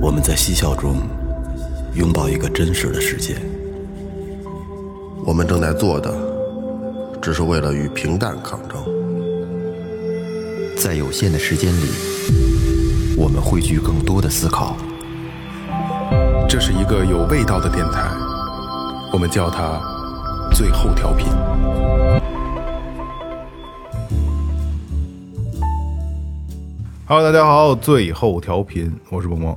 我们在嬉笑中拥抱一个真实的世界。我们正在做的，只是为了与平淡抗争。在有限的时间里，我们汇聚更多的思考。这是一个有味道的电台，我们叫它“最后调频”。 Hello，大家好，最后调频，我是萌萌。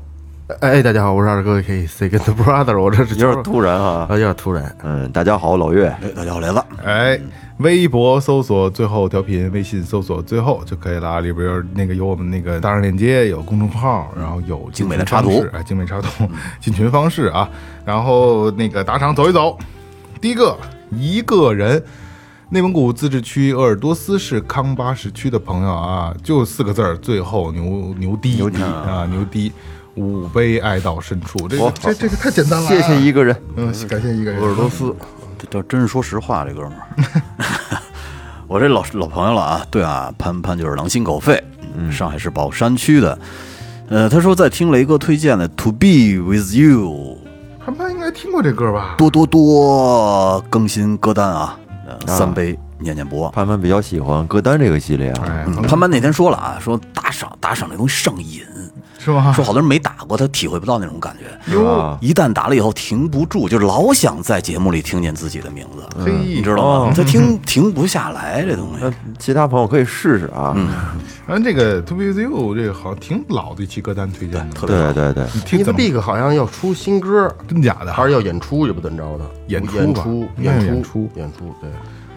哎，大家好，我是二哥 K Second Brother，我这是有点突然啊，有点突然。嗯，大家好，我老岳，哎，大家好，来了。哎，微博搜索最后调频，微信搜索最后就可以了啊。里边有那个有我们那个大众链接，有公众号，然后有精美进群的插图方式哎，精美插图，进群方式啊。然后那个打赏走一走。第一个，一个人，内蒙古自治区鄂尔多斯市康巴什区的朋友啊，就四个字儿，最后牛牛逼牛逼啊，牛逼。五杯爱到深处，这个哦这这个太简单了啊。谢谢一个人。嗯，感谢一个人。鄂尔多斯，这这真是说实话，这哥们儿， 我这老老朋友了啊。对啊，潘潘就是狼心狗肺，上海市宝山区的。呃，他说在听雷哥推荐的《To Be With You 潘潘应该听过这歌》，吧？多多多更新歌单啊，呃，三杯念念不忘。潘潘比较喜欢歌单这个系列啊，哎，嗯潘潘那天说了啊，说打赏打赏这东西上瘾，是吗？说好多人没打过，他体会不到那种感觉。啊是吧？一旦打了以后停不住，就老想在节目里听见自己的名嗯字，嘿，你你知道哦吗？他听停不下来这东西那。其他朋友可以试试啊。然后这个 To Be With You 这个好像挺老的一期歌单推荐的，特别对对对，你听 Miss 怎么 Big 好像要出新歌，真假的？还是要演出，也不怎么着的。演出吧啊演出，应该演是出，演演出出，对，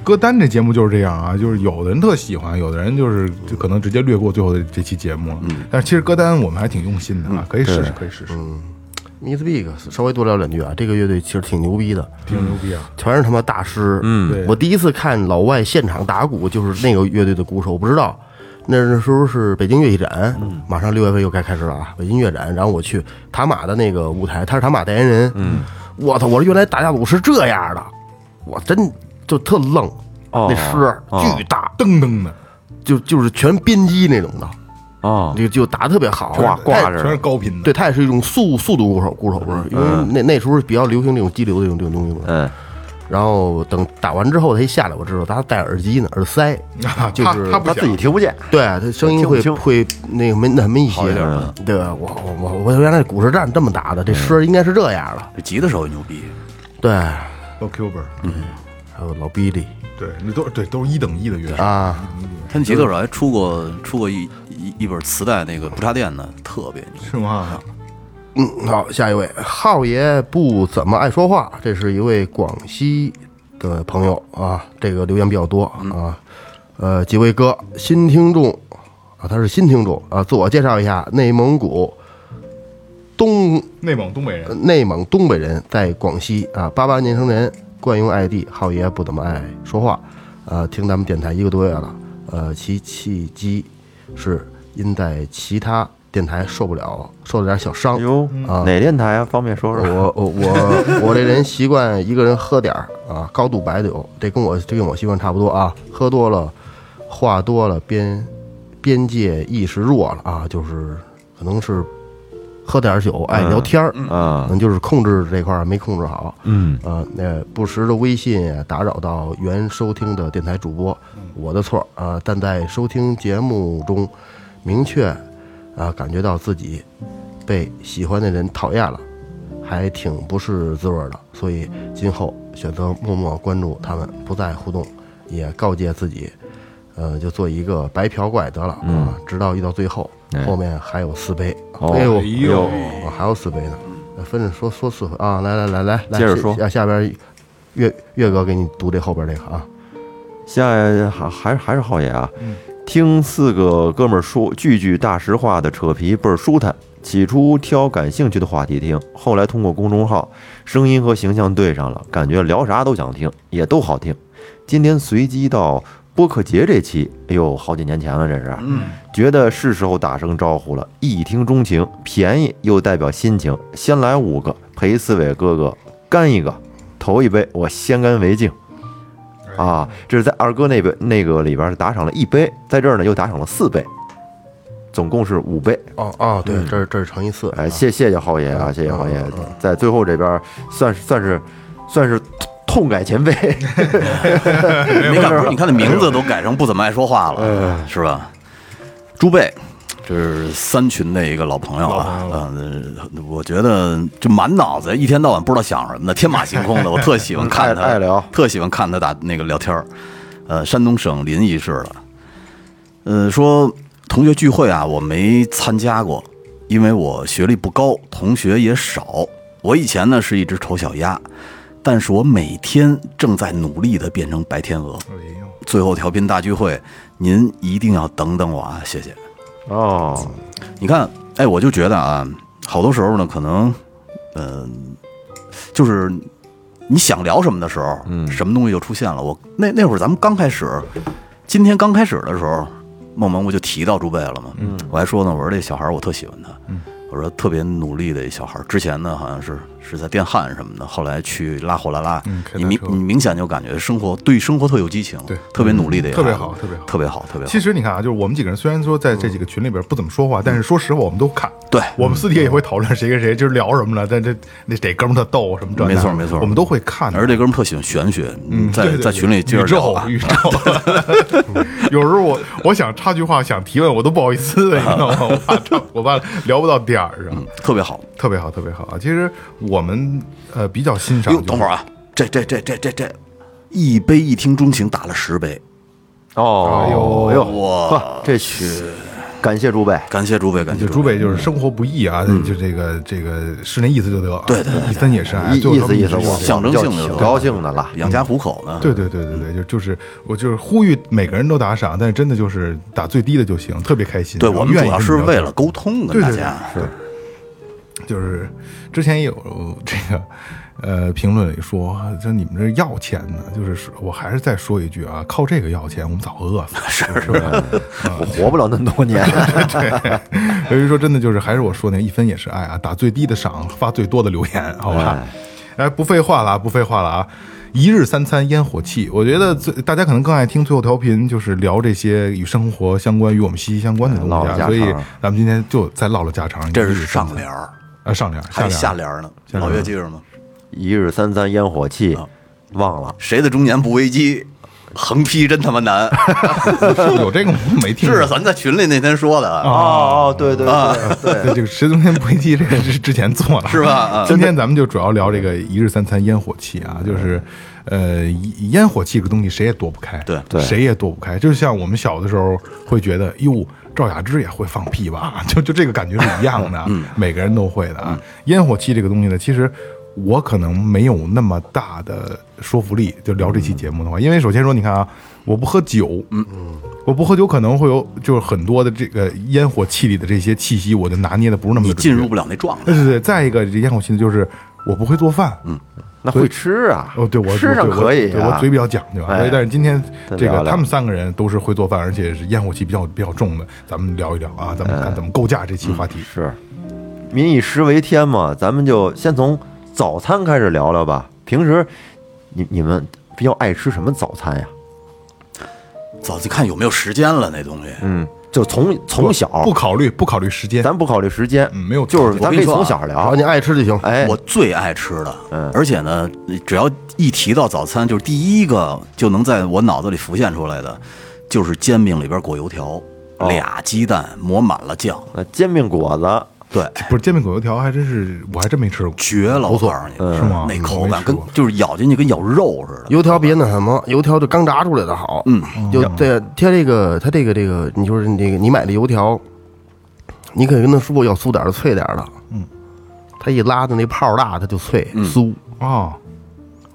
歌单这节目就是这样啊，就是有的人特喜欢，有的人就是就可能直接略过最后的这期节目了。但是其实歌单我们还挺用心的啊，可以试试，可以试试， Miss Big 稍微多聊两句啊。这个乐队其实挺牛逼的，挺牛逼啊！全是他妈大师。对嗯我第一次看老外现场打鼓，就是那个乐队的鼓手，我不知道。那时候是北京乐艺展，嗯马上六月份又该开始了啊！北京乐展，然后我去塔马的那个舞台，他是塔马代言人。嗯，我操！我说原来打架鼓是这样的，我真就特愣，哦那师啊巨大，噔噔的，就就是全编机那种的，啊，就就打得特别好，挂挂全是着，高频的。对，他也是一种速速度鼓手，鼓手不是，因为那那时候比较流行这种激流的这种这种东西嘛。嗯，然后等打完之后，他一下来，我知道他戴耳机呢，耳塞，啊，就他是他不他自己想，听不见。对他声音会听不清会那个没那么一嗯些一点儿。对，我我我我原来鼓是这样这么打的，这诗应该是这样的。这急的时候也牛逼，嗯对，还老 Q 本儿，有老哔哩对，那都对都是一等一的乐手。啊，他们急的嗯时候还出过出过一一一本磁带，那个不插电的，特别牛。是吗？嗯，好，下一位，浩爷不怎么爱说话，这是一位广西的朋友啊，这个留言比较多啊。呃，几位哥，新听众啊，他是新听众啊，自我介绍一下，内蒙古东内蒙东北人，内蒙东北人，在广西啊，八八年生人，惯用 ID，浩爷不怎么爱说话，呃，听咱们电台一个多月了，呃，其契机是因在其他电台受不了，受了点小伤。哟，哎哪电台啊？方便说说？我我我我这人习惯一个人喝点儿啊，高度白酒，这跟我这跟我习惯差不多啊。喝多了，话多了，边边界意识弱了啊，就是可能是喝点儿酒爱聊天儿，可啊，能就是控制这块儿没控制好，嗯，呃，那不时的微信啊打扰到原收听的电台主播，我的错啊、呃但在收听节目中，明确啊、感觉到自己被喜欢的人讨厌了，还挺不是滋味儿的，所以今后选择默默关注他们，不再互动，也告诫自己，呃，就做一个白嫖怪得了啊、直到遇到最后，后面还有四杯，哦哎呦哎呦，我还有四杯呢，呃分着说说四回啊！来来来来来，接着下说下下边岳岳哥给你读这后边这个啊，下还还还是浩爷啊，听四个哥们儿说句句大实话的扯皮倍儿舒坦。起初挑感兴趣的话题听，后来通过公众号，声音和形象对上了，感觉聊啥都想听，也都好听。今天随机到播客节这期，哎呦，好几年前了，这是，觉得是时候打声招呼了。一听钟情，便宜又代表心情，先来五个，陪四位哥哥干一个，头一杯我先干为敬。哎啊，这是在二哥那边那个里边打赏了一杯，在这儿呢又打赏了四杯，总共是五倍。哦哦，对，这儿这是乘以四，哎，谢谢谢浩爷啊，谢谢浩爷嗯嗯嗯，在最后这边算是算是算是痛改前非，没哎敢说，你看那名字都改成不怎么爱说话了，是吧？朱贝，这是三群的一个老朋友了。嗯，呃我觉得这满脑子一天到晚不知道想什么的，天马行空的，我特喜欢看他爱啊爱聊特喜欢看他打那个聊天儿。呃，山东省临沂市的，呃，说同学聚会啊，我没参加过，因为我学历不高，同学也少。我以前呢是一只丑小鸭，但是我每天正在努力的变成白天鹅。哎呦，最后调频大聚会，您一定要等等我啊，谢谢。哦，你看，哎，我就觉得啊，好多时候呢，可能，嗯、就是你想聊什么的时候，嗯，什么东西就出现了。我那那会儿咱们刚开始，今天刚开始的时候，梦萌我就提到朱贝了嘛，嗯，我还说呢，我说这小孩儿我特喜欢他，嗯，我说特别努力的一小孩儿，之前呢好像是是在电焊什么的，后来去拉货拉拉，嗯开大你明车你明显就感觉生活对生活特有激情，对嗯特别努力的一个特别孩子好特别好特别好，特别好其，实你看啊，就是我们几个人虽然说在这几个群里边不怎么说话，但是说实话我们都看，对我们私底下也会讨论谁跟谁就是聊什么了，但这那得哥们儿特逗什么这那的没错没错我们都会看的。而这哥们儿特喜欢玄学，嗯，对在对在群里接宇着聊宙啊，宇宙， 有时候我我想插句话，想提问，我都不好意思的，你知道吗？我怕插我怕聊不到点儿上，特别好。特别好，特别好啊！其实我们呃比较欣赏哟，就是，等会儿啊，这这这这这这，一杯一听钟情打了十杯，哦，呦哎呦，哇！呵，这去，感谢诸位，感谢诸位，感谢就诸朱位。北就是生活不易啊，就这个这个是那意思就得，嗯啊对对对一森也是啊，意就意是说思意思，一直我象征性的我们就都挺高兴的了。养家糊口呢？对对对对对，就就是我就是呼吁每个人都打赏，但是真的就是打最低的就行，特别开心。对，然我后们愿主意要跟是你聊为天了沟通跟对大对家。对，是，就是之前也有呃这个呃评论里说，就你们这要钱呢，就是说我还是再说一句啊，靠这个要钱，我们早饿 死了，是不是？我活不了那么 多年，对，所以说真的就是还是我说那一分也是爱啊，打最低的赏，发最多的留言，好吧？哎，不废话了啊，不废话了啊！一日三餐烟火气，我觉得最大家可能更爱听最后调频，就是聊这些与生活相关、与我们息息相关的东唠西唠啊。家所以常咱们今天就再唠唠家常。这一是日上三餐联儿，啊，上联儿还有下下联儿联儿呢。下联儿老岳记着吗？一日三餐烟火气，啊忘了。谁的中年不危机？横批真他妈 难。有 这个吗我没听过。是啊咱在群里那天说的，啊哦哦，对对对对，对， 这个十宗天不危机这个是之前做的，是 吧啊今天咱们就主要聊这个一日三餐烟火气啊，就是，呃，一烟火气这个东西谁也躲不开，对对谁也躲不开。就像我们小的时候会觉得，哟，赵雅芝也会放屁吧， 就就这个感觉是一样的，嗯 每个人都会的啊。烟火气这个东西呢，其实。我可能没有那么大的说服力，就聊这期节目的话，因为首先说，你看啊，我不喝酒，嗯，我不喝酒可能会有就是很多的这个烟火气里的这些气息，我就拿捏的不是那么你准确进入不了那状态对。对对，再一个这烟火气呢，就是我不会做饭，嗯，那会吃啊？哦，对我吃上我对可以我对啊。我嘴比较讲究啊，哎所以但是今天再这聊个聊他们三个人都是会做饭，而且是烟火气比较比较重的，咱们聊一聊啊，哎咱们看怎么构架这嗯期话题。是，民以食为天嘛，咱们就先从早餐开始聊聊吧。平时你你们比较爱吃什么早餐呀？早就看有没有时间了那东西。嗯，就从从小，不考虑不考虑时间，咱不考虑时间，嗯没有就是咱我可跟以你说啊从小好，聊。你爱吃就行。哎，我最爱吃的，嗯而且呢，只要一提到早餐，就是第一个就能在我脑子里浮现出来的，就是煎饼里边裹油条，哦俩鸡蛋抹满了酱，呃煎饼果子，对，不是煎饼果油条还真是我还真没吃过，绝了！我告诉你，是吗那嗯口没感吃跟过就是咬进去跟咬肉似哎的。油条别那什么，油条就刚炸出来的好。嗯，就对它这个，它这个这个，你就是你这个，你买的油条，你可以跟他说要酥点儿的、脆点儿的。嗯，它一拉的那泡儿大，它就脆嗯酥。啊，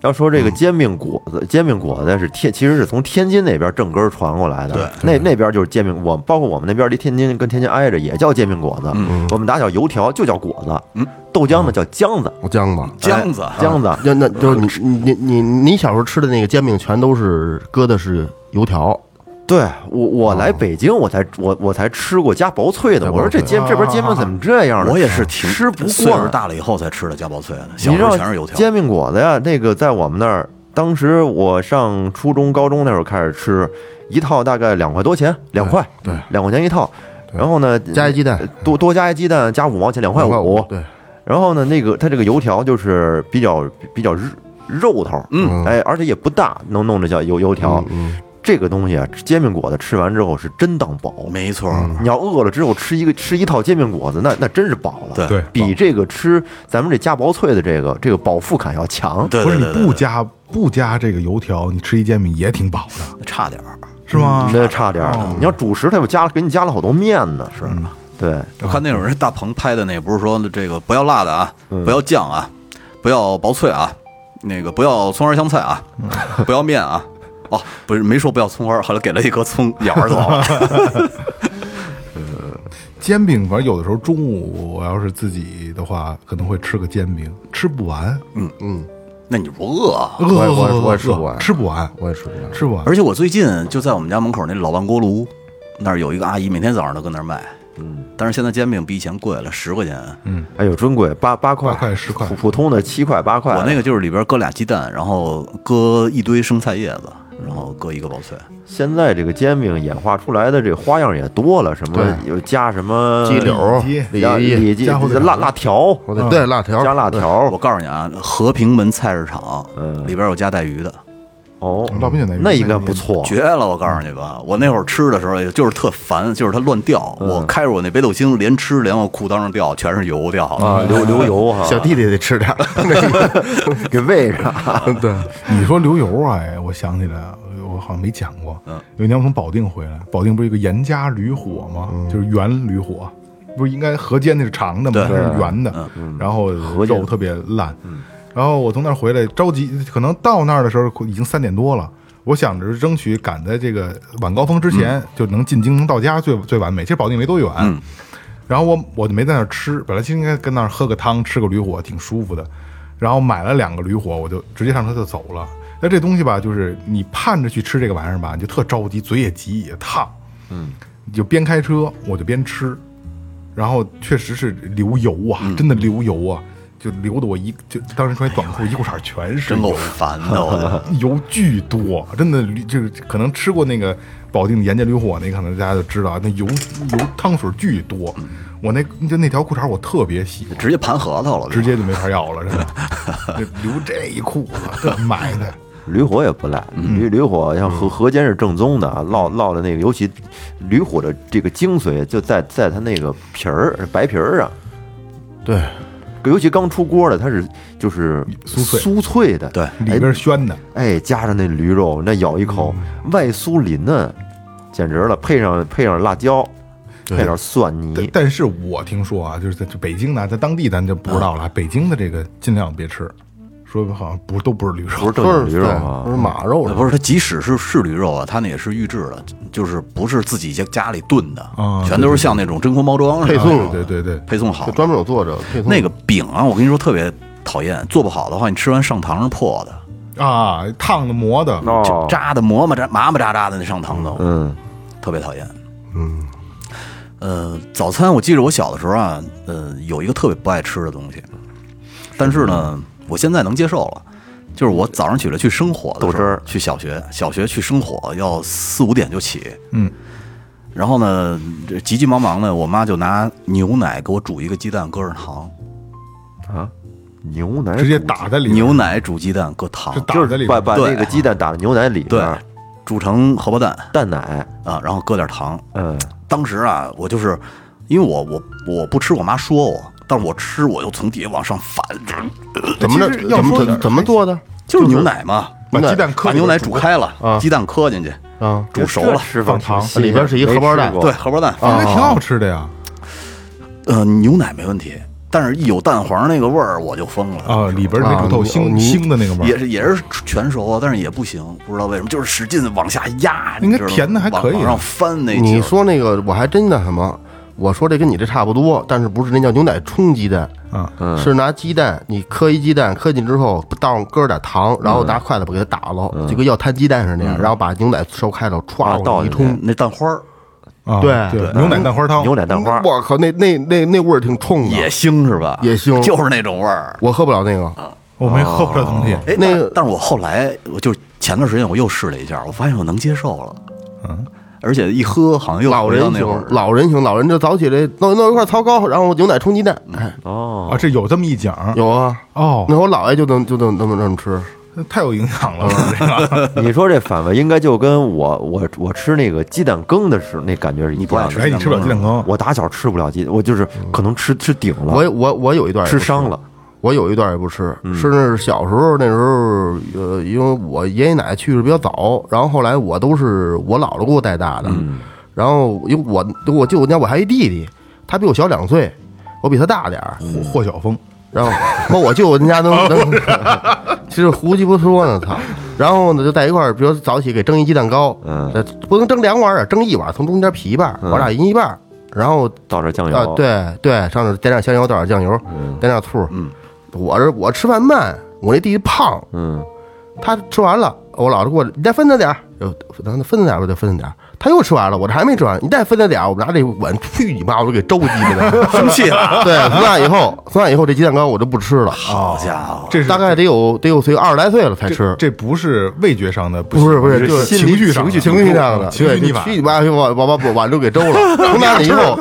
要说嗯这个煎饼果子，煎饼果子是天，其实是从天津那边正根儿传过来的。对，那那边就是煎饼，我包括我们那边离天津跟天津挨着，也叫煎饼果子。我们打小油条就叫果子，豆浆呢叫浆子，我浆吧，姜子啊哎，浆子。那那就是你你你你小时候吃的那个煎饼，全都是搁的是油条，对我我来北京我才我我才吃过加薄脆的，我说这煎这边煎饼怎么这样呢？我也是挺吃不岁数惯。大了以后才吃的加薄脆的，小你时知道候全是油条。煎饼果子呀，那个在我们那儿，当时我上初中、高中那会儿开始吃，一套大概两块多钱，两块，对，两块钱一套。然后呢，呃加一鸡蛋，多多加一鸡蛋，加五毛钱，两嗯块五。对，然后呢，那个它这个油条就是比较比较肉肉头，嗯哎，而且也不大，能弄这叫油油条。嗯，这个东西啊，煎饼果子吃完之后是真当饱。没错，你要饿了之后吃一个吃一套煎饼果子，那那真是饱了。对对，比这个吃咱们这加薄脆的这个这个饱腹感要强。对不是对你对对，不加不加这个油条，你吃一煎饼也挺饱的，对差点儿。是吗？那差点儿哦，你要主食，它又加了给你加了好多面呢。是，对，我看那会儿人大鹏拍的那不是说这个不要辣的啊，不要酱啊，不要薄脆啊，那个不要葱花香菜啊，不要面啊。哦，不是没说不要葱花，后来给了一颗葱咬着走了。煎饼，反正有的时候中午我要是自己的话，可能会吃个煎饼，吃不完，那你不饿啊？饿我也我也饿我也吃饿不完吃不完，我也吃不了。吃不完。而且我最近就在我们家门口那老万锅炉那儿有一个阿姨，每天早上都跟那儿卖。嗯，但是现在煎饼比以前贵了十块钱。哎呦，真贵，八八块，八块10块普普通的七块八块。我那个就是里边搁俩鸡蛋，然后搁一堆生菜叶子，然后搁一个薄脆。现在这个煎饼演化出来的这花样也多了，什么对有加什么鸡柳、里加脊，里脊、加火腿肠辣辣条，我得对辣条，嗯加辣我条。告诉你啊，和平门菜市场嗯里边有加带鱼的，哦，老北京那边那应该不错。绝了！我告诉你吧，我那会儿吃的时候就是特烦，就是它乱掉。我开着我那北斗星，连吃连往裤裆上掉，全是油掉的。啊，流流油哈，小弟弟得吃 点儿。给喂上。 对，你说流油啊，哎，我想起来了，我好像没讲过。嗯有一年我从保定回来，保定不是有一个严家驴火吗？嗯就是圆驴火，不是应该河间那是长的吗？它是圆的，然后肉特别烂。然后我从那儿回来着急，可能到那儿的时候已经三点多了。我想着争取赶在这个晚高峰之前就能进京能到家最最完美。其实保定没多远，然后我我就没在那儿吃，本来其实应该跟那儿喝个汤，吃个驴火，挺舒服的。然后买了两个驴火，我就直接上车就走了。那这东西吧，就是你盼着去吃这个玩意儿吧，你就特着急，嘴也急也烫，嗯，你就边开车我就边吃，然后确实是流油啊，嗯真的流油啊，就流的我一就当时穿一短裤一裤衩全是真够油，烦的，我觉得。油巨多，真的驴就是可能吃过那个保定的盐煎驴火那个，可能大家就知道啊那油油汤水巨多。嗯我那就那条裤衩我特别喜欢，直接盘核桃了，直接就没法要了，真的，就留这一裤子这买 的。哎驴火也不赖，驴驴火像河河间是正宗的啊，烙烙的那个，尤其驴火的这个精髓就在在它那个皮儿白皮儿啊，对，尤其刚出锅的，它是就是酥脆酥脆的，对里边宣的，哎，加上那驴肉，那咬一口，外酥里嫩，简直了！配上配上辣椒，配点蒜但泥，但是我听说啊，就是在就北京呢，在当地咱就不知道了。北京的这个尽量别吃，说好像不都不是驴不是肉，正都经驴是肉对啊都是，马肉呃的，不是，它即使是是驴肉啊，它那也是预制的，就是不是自己家家里炖的，啊全都是像那种真空包装似配的送对对对，配送好就的。专门有作者配送那个饼啊，我跟你说特别讨厌，做不好的话，你吃完上膛是破的，对啊，烫的磨的，哦，扎的磨磨扎麻麻扎扎的那上膛都，嗯，特别讨厌。嗯，呃，早餐我记着我小的时候啊，呃，有一个特别不爱吃的东西，但是呢，我现在能接受了。就是我早上起来去生火的时候豆汁儿去小学，小学去生火要四五点就起，嗯，然后呢，这急急忙忙的，我妈就拿牛奶给我煮一个鸡蛋，搁上糖，牛奶直接煮打在里边，牛奶煮鸡蛋搁糖是，打就在是里把边。把对那个鸡蛋打到牛奶里边对儿，煮成荷包蛋蛋奶，啊，然后搁点糖，嗯，当时啊，我就是因为我我我不吃，我妈说我，但是我吃我又从底下往上反，怎么其着实要怎说点么怎怎么做的就是牛奶嘛，把鸡蛋磕把里边牛奶煮开了，啊鸡蛋磕进去，啊？煮熟了这，吃法放糖挺新的里边是一荷包蛋没吃过对，荷包蛋，应该哎挺好吃的呀。呃，牛奶没问题，但是一有蛋黄那个味儿我就疯了。啊，里边没啊煮透，你腥你腥的那个味也儿，是也是全熟啊，但是也不行，不知道为什么，就是使劲往下压，应该你知道吗甜的还可往以啊往上翻那劲儿你说那个我还真那什么，我说这跟你这差不多，但是不是那叫牛奶冲鸡蛋，啊，嗯是拿鸡蛋你磕一鸡蛋磕进之后，倒上搁点糖，然嗯后拿筷子把它打了，就跟要摊鸡蛋似的那样，然后把牛奶烧开了，啊歘倒往里进一去冲，那蛋花儿啊对对，牛奶蛋花汤，牛奶蛋花，我靠，那那那那味儿挺冲的也，腥是吧？也腥就是那种味儿。我喝不了那啊个，我没喝过这东西，哎，那但个但是我后来我就是前段时间我又试了一下，我发现我能接受了。嗯，而且一喝好像又老回到人那会儿行，，老人行，老人就早起来弄弄一块糟糕，然后牛奶冲鸡蛋。哎，哦啊，，这有这么一讲有啊，嗯哦，那会儿老爷就能就能那么那么吃。那太有影响了，这个 你说这反胃应该就跟我我我吃那个鸡蛋羹的时候那感觉是一你不爱样的。哎，你吃不了鸡蛋羹，我打小吃不了鸡，我就是可能吃吃顶了，我我我有一段也吃不吃伤了。我有一段也不吃，嗯甚至小时候那时候，呃，因为我爷爷奶奶去世比较早，然后后来我都是我姥姥给我带大的，嗯然后因为我我记得我家我还一弟弟，他比我小两岁，我比他大点儿，霍霍晓峰，然后那我舅我们 家能能， 其实胡鸡不说呢，操！然后呢就在一块儿，比如早起给蒸一鸡蛋糕，嗯呃，不能蒸两碗啊，蒸一碗，从中间劈一半儿，嗯往俩一一半儿，然后倒点酱啊油，，对对，上头点点香油，倒点酱油，点点醋，嗯，我是我吃饭慢，我那弟弟胖，嗯，他吃完了，我姥姥给我你再分他点儿，呃然后他分他点儿我就分他点儿，他又吃完了，我这还没吃完，你再分他点儿，我拿这碗去你妈，我就给周鸡巴的。生气了， 对，从那以后，从那以后这鸡蛋糕我就不吃了。好家伙！这是大概得有得有岁二十来岁了才这吃，这不是味觉上的，不是不这是，就是情绪上的情绪上的，情绪对，逆就反去。你妈！我把把碗都给周了。从那以后，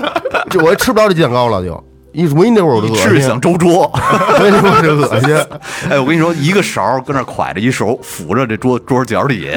就我也吃不着这鸡蛋糕了，就一闻那味儿我就一恶吃心，就想周桌，闻那味儿就恶心。 哎，我跟你说，一个勺儿跟那儿蒯着一手，扶着这桌桌角底，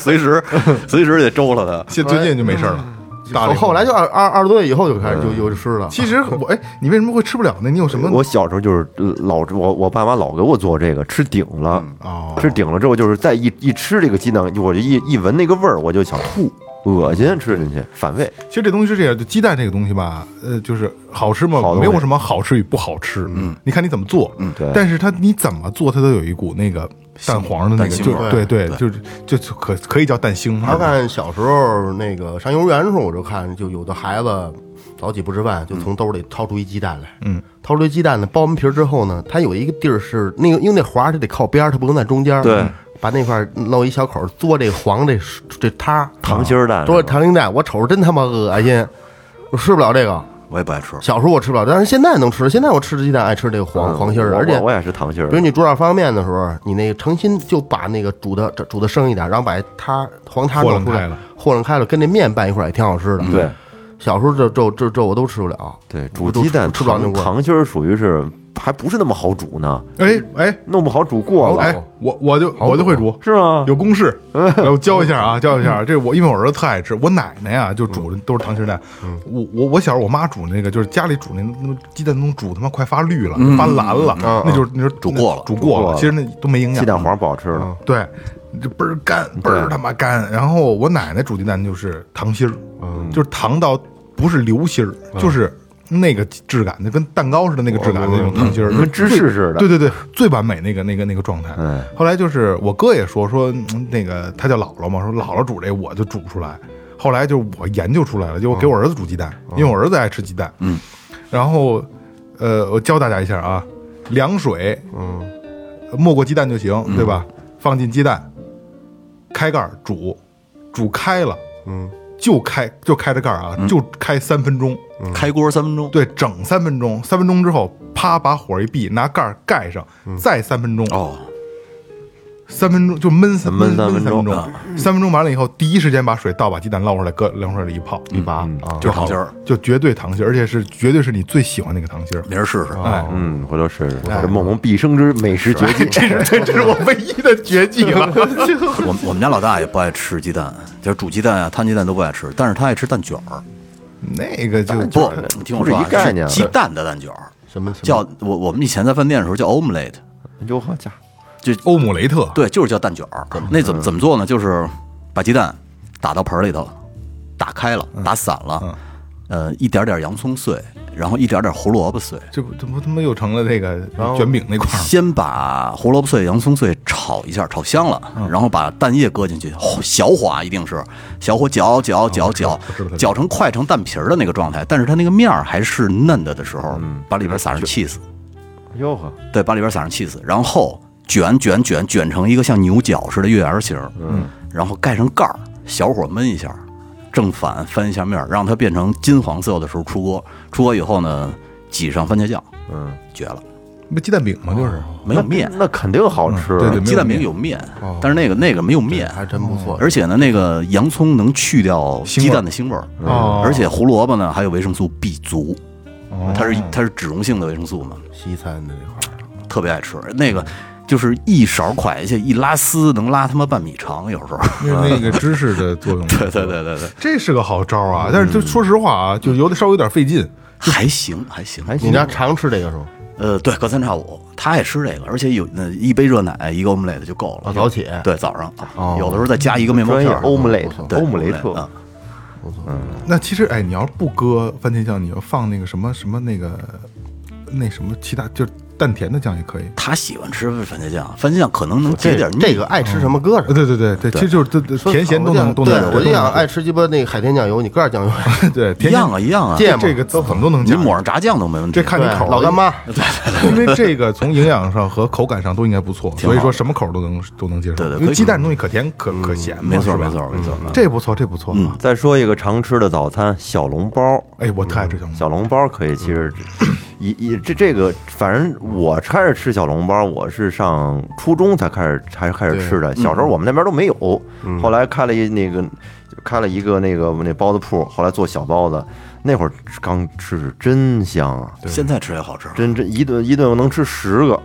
随时随时得周了他。现最近就没事了，大了我以后嗯来就二二二十多岁以后就开始就就就吃了。其实我哎，你为什么会吃不了呢？你有什么？我小时候就是呃老我我爸妈老给我做这个，吃顶了，嗯哦，吃顶了之后就是再一一吃这个鸡蛋，我就一一闻那个味儿我就想吐，恶心，吃进去反胃。其实这东西是这样，就鸡蛋这个东西吧，呃，就是好吃嘛好，东没西有什么好吃与不好吃，嗯，你看你怎么做，嗯对但是它你怎么做，它都有一股那个蛋黄的那个，腥就味儿对对，就是就就可可以叫蛋腥嘛，还是看小时候那个上幼儿园的时候，我就看就有的孩子早起不吃饭，就从兜里掏出一鸡蛋来，嗯，掏出一鸡蛋呢，剥完皮儿之后呢，它有一个地儿是那个，因为那黄儿它得靠边儿，它不能在中间，对，把那块儿弄一小口儿嘬这黄这这汤，糖心儿蛋是吧，嘬糖心蛋，我瞅着真他妈恶心，我吃不了这个。我也不爱吃，小时候我吃不了，但是现在能吃。现在我吃鸡蛋爱吃这个黄嗯哦黄心儿的，我而且我我也是糖心儿比如，你煮点方便面的时候，你那个诚心就把那个煮的煮的生一点，然后把它黄它豁弄楞出开来了，和楞开了，跟嗯那面拌一块儿也挺好吃的。对，小时候这这这这我都吃不了。对，煮我都鸡蛋吃吃不了那糖味儿糖心儿属于是还不是那么好煮呢，哎哎弄不好煮过哦了，哎，我我就我就会煮，是吗？有公式，我教一下啊，教一下。这我因为我儿子特爱吃，我奶奶啊就煮的都是溏心蛋。我我我小时候我妈煮那个，就是家里煮那那么鸡蛋能煮他妈快发绿了，发蓝了，那就是那就是煮过了煮过过了。了其实那都没营养。鸡蛋黄不嗯好吃了，对，这倍儿干，倍儿他妈干。然后我奶奶煮鸡蛋就是糖心儿，就是糖到不是流心儿，就是那个质感，那跟蛋糕似的那个质感的那种糖心儿，跟芝士似的。对对对，嗯最完美那个那个那个状态。嗯后来就是我哥也说说嗯那个他叫姥姥嘛，说姥姥煮这我就煮不出来。后来就我研究出来了，就哦我给我儿子煮鸡蛋，因为我儿子爱吃鸡蛋。嗯，然后呃，我教大家一下啊，凉水，嗯，没过鸡蛋就行，嗯对吧？放进鸡蛋，开盖儿煮，煮开了，嗯，就开就开着盖儿啊，嗯就开三分钟。嗯开锅三分钟，对，整三分钟，三分钟之后，啪把火一闭，拿盖儿盖上，再三分钟，嗯哦，三分钟就焖三焖三三分分钟啊三分钟完了以后，第一时间把水倒，把鸡蛋捞出来，搁凉水里一泡，一拔啊，嗯就是糖心儿，就绝对糖心儿，而且是绝对是你最喜欢那个糖心儿。明儿试试。哎，嗯，回头试试。这梦梦毕生之美食绝技，这是这是我唯一的绝技了。 我们我们家老大也不爱吃鸡蛋，就是煮鸡蛋啊、摊鸡蛋都不爱吃，但是他爱吃蛋卷儿。那个就不，你听我不是说啊，一概念是鸡蛋的蛋卷儿，什么什么叫我我们以前在饭店的时候叫 omelette，哎哟好家伙，欧姆雷特，对，就是叫蛋卷儿。那嗯怎么怎么做呢？就是把鸡蛋打到盆儿里头，打开嗯了，打散了，呃，一点点洋葱碎，然后一点点胡萝卜碎，这不这不他妈又成了那个卷饼那块儿吗。先把胡萝卜碎、洋葱碎炒一下，炒香了，嗯然后把蛋液搁进去，哦小火啊，一定是小火搅搅搅搅哦我知道我知道，搅成快成蛋皮儿的那个状态，但是它那个面儿还是嫩的的时候，嗯把里边撒上 cheese，哟呵，对，把里边撒上 cheese，然后卷卷卷卷成一个像牛角似的月牙形，嗯，然后盖上盖儿，小火焖一下，正反翻一下面儿，让它变成金黄色的时候出锅，出锅以后呢，挤上番茄酱，嗯，绝了。不鸡蛋饼吗？就是没有面，那肯定好吃。嗯对对鸡蛋饼有面，哦但是那个那个没有面，还真不错。而且呢，那个洋葱能去掉腥味儿鸡蛋的腥味儿，哦而且胡萝卜呢还有维生素 B 族，哦它是它是脂溶性的维生素嘛，西餐的这块儿，特别爱吃。那个就是一勺蒯下一拉丝，能拉他妈半米长，有时 候。那是那个芝士的作 用。对对对对对，这是个好招啊，但嗯是就说实话啊，就有点稍微有点费劲。还行还行，还你行家常吃这个是吗？呃，对，隔三差五，他爱吃这个，而且有那一杯热奶，一个 omelette 就够啊哦了。早起对，早上有的时候再加一个面包专片业啊儿，欧姆雷特，对欧姆雷 omelette，特嗯，那其实哎，你要是不搁番茄酱，你要放那个什么什么那个那什么其他就是淡甜的酱也可以。他喜欢吃番茄酱，番茄酱可能能解这点腻。这个爱吃什么搁呃着。对对对对，其实就是对对甜咸都能都能对有。，我就都能想爱吃鸡巴那个 海天酱油，你搁点酱油，有对一甜咸样啊一样啊，芥这末这个怎么都能你加。抹上炸酱都没问题。这看你口儿对老干妈，因为这个从营养上和口感上都应该不错，好所以说什么口儿都能都能接受。对对可因为以嗯鸡蛋东西可甜可可咸嘛，没错是吧没错没错。没错这不错，这不错。嗯再说一个常吃的早餐，小笼包。哎，我特爱嗯吃小笼包。小笼包可以，其实一一这这个，反正我开始吃小笼包，我是上初中才开始才开始吃的。小时候我们那边都没有，后来开了一那个开了一个那个那包子铺，后来做小包子，那会儿刚吃是真香啊，现在吃也好吃，真真一顿一顿我能吃十个，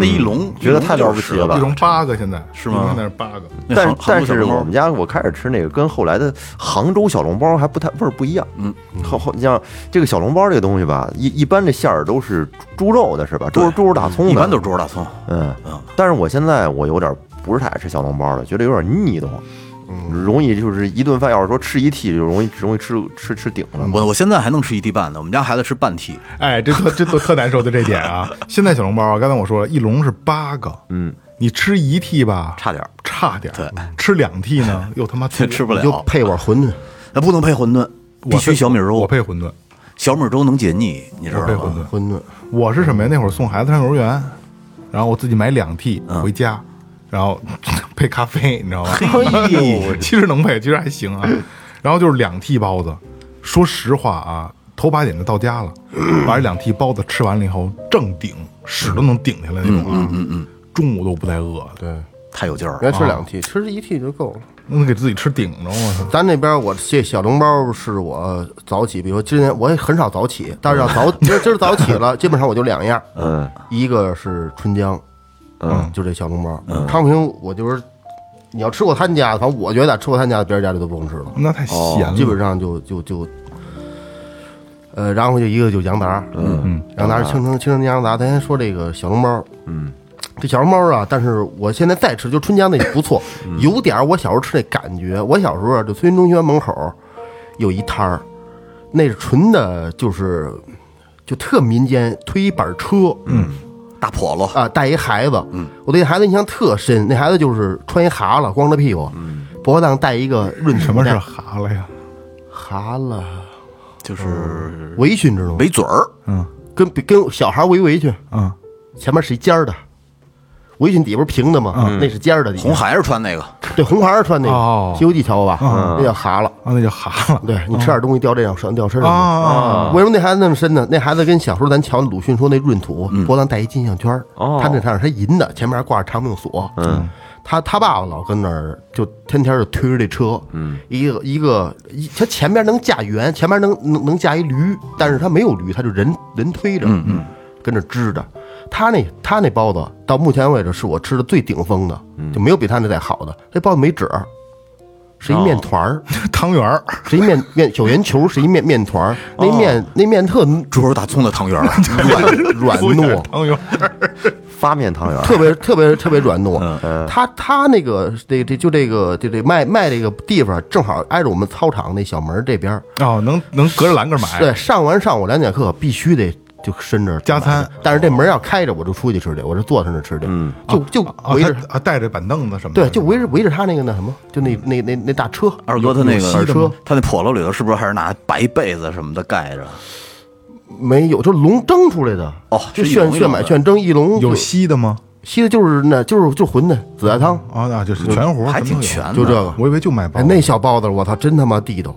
那一笼觉得太了不起了吧一笼八个现在是吗那是八个，那但韩韩但国小是笼包我们家我开始吃那个跟后来的杭州小笼包还不太味儿不一样。嗯，后后你像这个小笼包这个东西吧，一一般这馅儿都是猪肉的是吧？猪猪肉大葱的，一般都是猪肉大葱，嗯嗯，但是我现在我有点不是太爱吃小笼包了，觉得有点腻得慌，嗯容易就是一顿饭要是说吃一屉就容易容易吃吃吃顶了。嗯我我现在还能吃一屉半呢，我们家孩子吃半屉，哎，这特这特特难受的这一点啊！ 现在小笼包啊，刚才我说了一笼是八个，嗯，你吃一屉吧，差点儿差点儿，对吃两屉呢又他妈这 吃不你就了，配碗馄饨。那不能配馄饨，我必须配小米粥啊我，配馄饨，小米粥能解腻，你知我配道馄吗？饨。馄饨，我是什么呀？那会儿送孩子上幼儿园，然后我自己买两屉回家，然后 配咖啡，你知道吗？ 其实能配，其实还行啊。然后就是两屉包子，说实话啊，头八点就到家了，把这两屉包子吃完了以后，正顶屎都能顶下来那种啊。嗯嗯，中午都不带饿，对，啊太有劲儿了原来。吃两屉，吃一屉就够了。能给自己吃顶着我咱那边我这小笼包是我早起，比如说今天我也很少早起，但是要早 今儿今儿早起了，基本上我就两样，嗯，一个是春江，嗯，就这小笼包。汤姆熊，我就是你要吃过他家的，反正我觉得吃过他家的，别人家的都不能吃了，那太咸了。基本上就就就，呃，然后就一个就羊杂，嗯，羊杂是青城青城羊杂。咱先说这个小笼包，嗯，这小笼包啊，但是我现在再吃，就春江那不错，有点儿我小时候吃那感觉。我小时候啊，就村民中学门口有一摊儿，那是纯的，就是就特民间，推一板车，嗯。大笸箩，啊，带一孩子，我对那孩子印象特深。那孩子就是穿一蛤蜊，光着屁股，脖子上带一个嗯润什么是是蛤蜊呀？蛤蜊就是围裙，知道吗？围嘴儿，跟跟小孩围围裙，嗯，前面是一尖儿的，围裙底边平的嘛，那是尖儿的底下。红孩儿穿那个，对红孩儿穿那个哦《西游记》瞧过吧？那叫蛤蜊。啊，那叫蛤 蜊对你吃点东西掉这样身掉身上嗯去。啊。为什么那孩子那么深呢？那孩子跟小时候咱瞧鲁迅说那闰土，脖子上带一金项圈儿，哦他那上是银的，前面还挂着长命锁。嗯，他他爸爸老跟那儿就天天就推着这车，嗯，一个一个一，他前面能驾辕，前面能能能驾一驴，但是他没有驴，他就人人推着，嗯嗯，跟着支着。他那他那包子到目前为止是我吃的最顶峰的，就没有比他那再好的。那包子没褶儿，是一面团儿。汤圆儿，是一面面小圆球，是一面面团儿，那哦面、那 面特猪肉大葱的汤圆儿，软软糯， 汤圆儿，发面汤圆儿，特别特别特别软糯。嗯他他那个这这就这个就这卖卖这个地方正好挨着我们操场那小门这边儿。哦，能能隔着栏杆买，啊对，上完上午两节课必须得就伸着加餐买哦但是这门要开着，我就出去吃去，我就坐他那吃去，嗯就就哦啊，围着。他啊带着板凳子什么的，对，就围着围着他那个那什么，就那那那那大车，嗯二哥他那有个有西的吗他那笸箩里头是不是还是拿白被子什么的盖着？没有，就是龙蒸出来的哦就是一炫笼一炫笼买的炫蒸一笼有就稀的吗？稀的就是那就是就馄饨、紫菜汤，啊，那就是全活，还挺什全么的，就这个都有。。我以为就卖包哎，子，那小包子，我操，哦真他妈地道！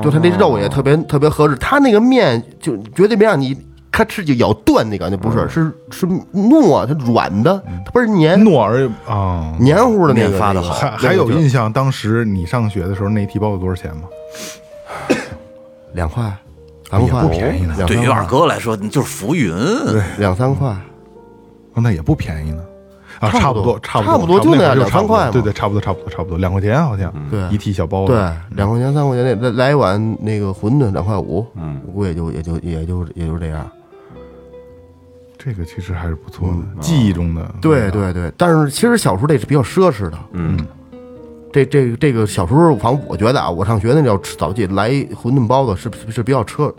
就他那肉也特别特别合适，他那个面就绝对没让你咔哧就咬断那感觉，不嗯是，是是糯啊，它软的，它不是粘诺儿啊，黏糊的那个面发得那个好还那还个有就印象，当时你上学的时候那提包子多少钱吗？两块，三块哎也不便宜呢两对于三二块，哥来说，就是浮云。两三块，哦那也不便宜呢。啊，差差不不多多，差不差不多差不就那会儿样差不多两三块嘛对对，差不多，差不多，差不多，两块钱好像，对一屉小包子，对，两块钱三块钱那来来一碗那个馄饨两块五，嗯，我估计也就也就也就也就这样。这个其实还是不错的，记忆中的，嗯啊对，对对，但是其实小时候这是比较奢侈的，嗯，这这个这个小时候，反正我觉得啊，我上学那叫吃早起来一馄饨包子是是是比较奢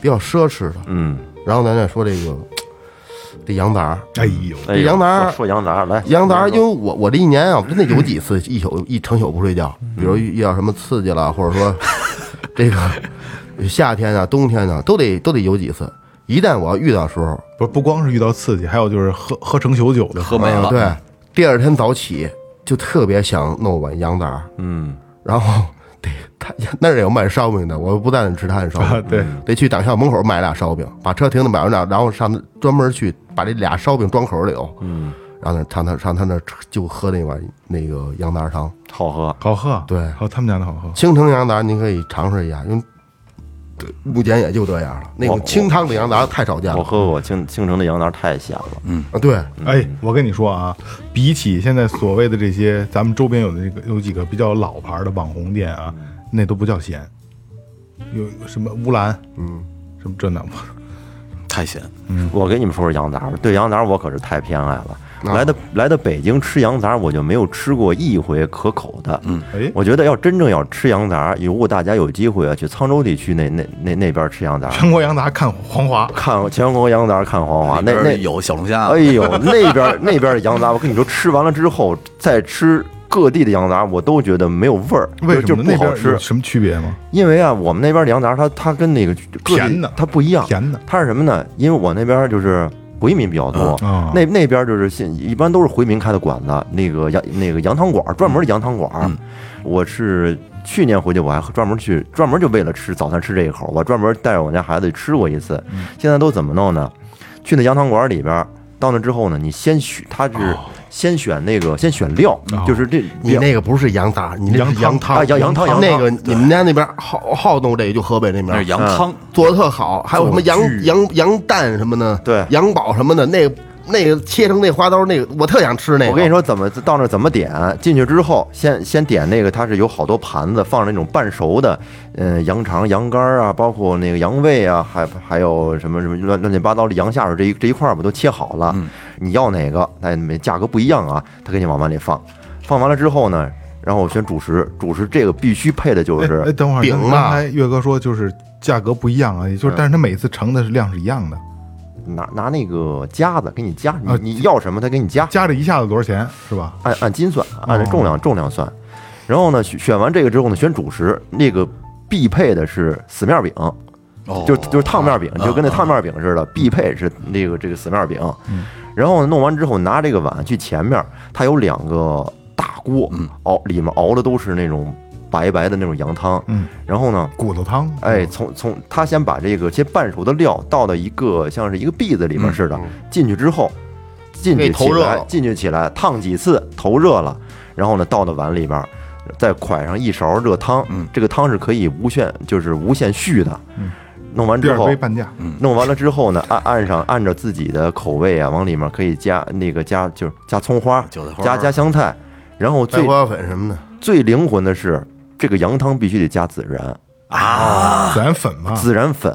比较奢侈的。嗯，然后咱再说这个这羊杂儿，哎呦，哎呦羊杂儿说说羊杂儿来，嗯羊杂儿，因为就我我这一年啊，真的有几次一宿一成宿不睡觉，比如遇到什么刺激了，或者 说这个夏天啊、冬天啊，都得都得有几次。一旦我要遇到的时候，不是不光是遇到刺激，还有就是喝喝成宿酒的，喝没了啊对，第二天早起就特别想弄碗羊杂儿，嗯，然后得他那儿也有卖烧饼的，我不在那儿吃他的烧啊，饼，对，得去党校门口买俩烧饼，把车停那买完俩，然后上那专门去把这俩烧饼装口里头，嗯，然后那上他上他那儿吃就喝那碗那个羊杂汤，好喝，好喝，对好，他们家的好喝，青城羊杂您可以尝试一下，因为对目前也就这样了，那我种清汤的羊杂太少见我了，喝过青青城的羊杂儿太咸了，啊，对，嗯哎，我跟你说啊，比起现在所谓的这些，咱们周边有的这个有几个比较老牌的网红店啊，嗯那都不叫咸，有什么乌兰，嗯，什么这那，太咸，我给你们说说羊杂儿吧，对羊杂儿我可是太偏爱了。啊来的来的北京吃羊杂儿，我就没有吃过一回可口的。嗯，哎，我觉得要真正要吃羊杂儿，如果大家有机会啊，去沧州地区那那那那边吃羊杂儿，哎全国羊杂看黄华，看全国羊杂儿看黄花，那里那边有小龙虾，哎呦， 那边那边的羊杂，我跟你说，吃完了之后再吃各地的羊杂，我都觉得没有味儿，为什就么就那不好边吃有？什么区别吗？因为啊，我们那边的羊杂它它跟那个各地甜的它不一样，甜的，它是什么呢？因为我那边就是回民比较多，啊那那边就是现一般都是回民开的馆子，那个羊那个羊汤馆儿，专门的羊汤馆儿。我是去年回去，我还专门去专门就为了吃早餐吃这一口，我专门带着我家孩子吃过一次。现在都怎么弄呢？去那羊汤馆儿里边儿，到那之后呢，你先选，他是先选那个先选料，就是这你那个不是羊杂，你那是羊汤，啊羊羊汤羊汤那个你们家那边好好弄这个，就河北那边那是羊汤，做的特好，还有什么羊羊羊蛋什么的，对羊宝什么的，那个那个切成那花刀，那个我特想吃那个。我跟你，说怎么到那儿怎么点，进去之后先先点那个，它是有好多盘子放着那种半熟的，呃，羊肠、羊肝儿啊，包括那个羊胃啊，还还有什么什么乱乱七八糟的羊下水这一这一块儿不都切好嗯了？你要哪个？哎，每价格不一样啊，他给你往碗里放，放完了之后呢，然后我选主食，主食这个必须配的就哎，哎是等会儿，饼刚嘛刚才岳哥说就是价格不一样啊，也嗯就是但是他每次盛的是量是一样的，拿拿那个夹子给你夹，啊你你要什么他给你夹，加着一下子多少钱是吧？按按斤算，啊按哦这重量重量算。然后呢，选选完这个之后呢，选主食，那个必配的是死面饼，哦嗯就就是烫面饼，啊嗯就跟那烫面饼似的，必配是那个这个死面饼。然后呢，弄完之后拿这个碗去前面，它有两个大锅，嗯熬里面熬的都是那种白白的那种羊汤。嗯然后呢，骨头汤，哎，从从他先把这个些半熟的料倒到一个像是一个篦子里面似的，进去之后，进给去投起热来了，进去起来，烫几次，投热了，然后呢倒到碗里边，再蒯上一勺热汤，这个汤是可以无限就是无限续的，弄完第之二后杯。半价，弄完了之后呢，按按上按照自己的口味啊，往里面可以加那个加就是加葱花韭菜，花加加香菜，然后白最胡椒粉什么的，最灵魂的是这个羊汤必须得加孜然，啊孜然粉嘛，孜然粉，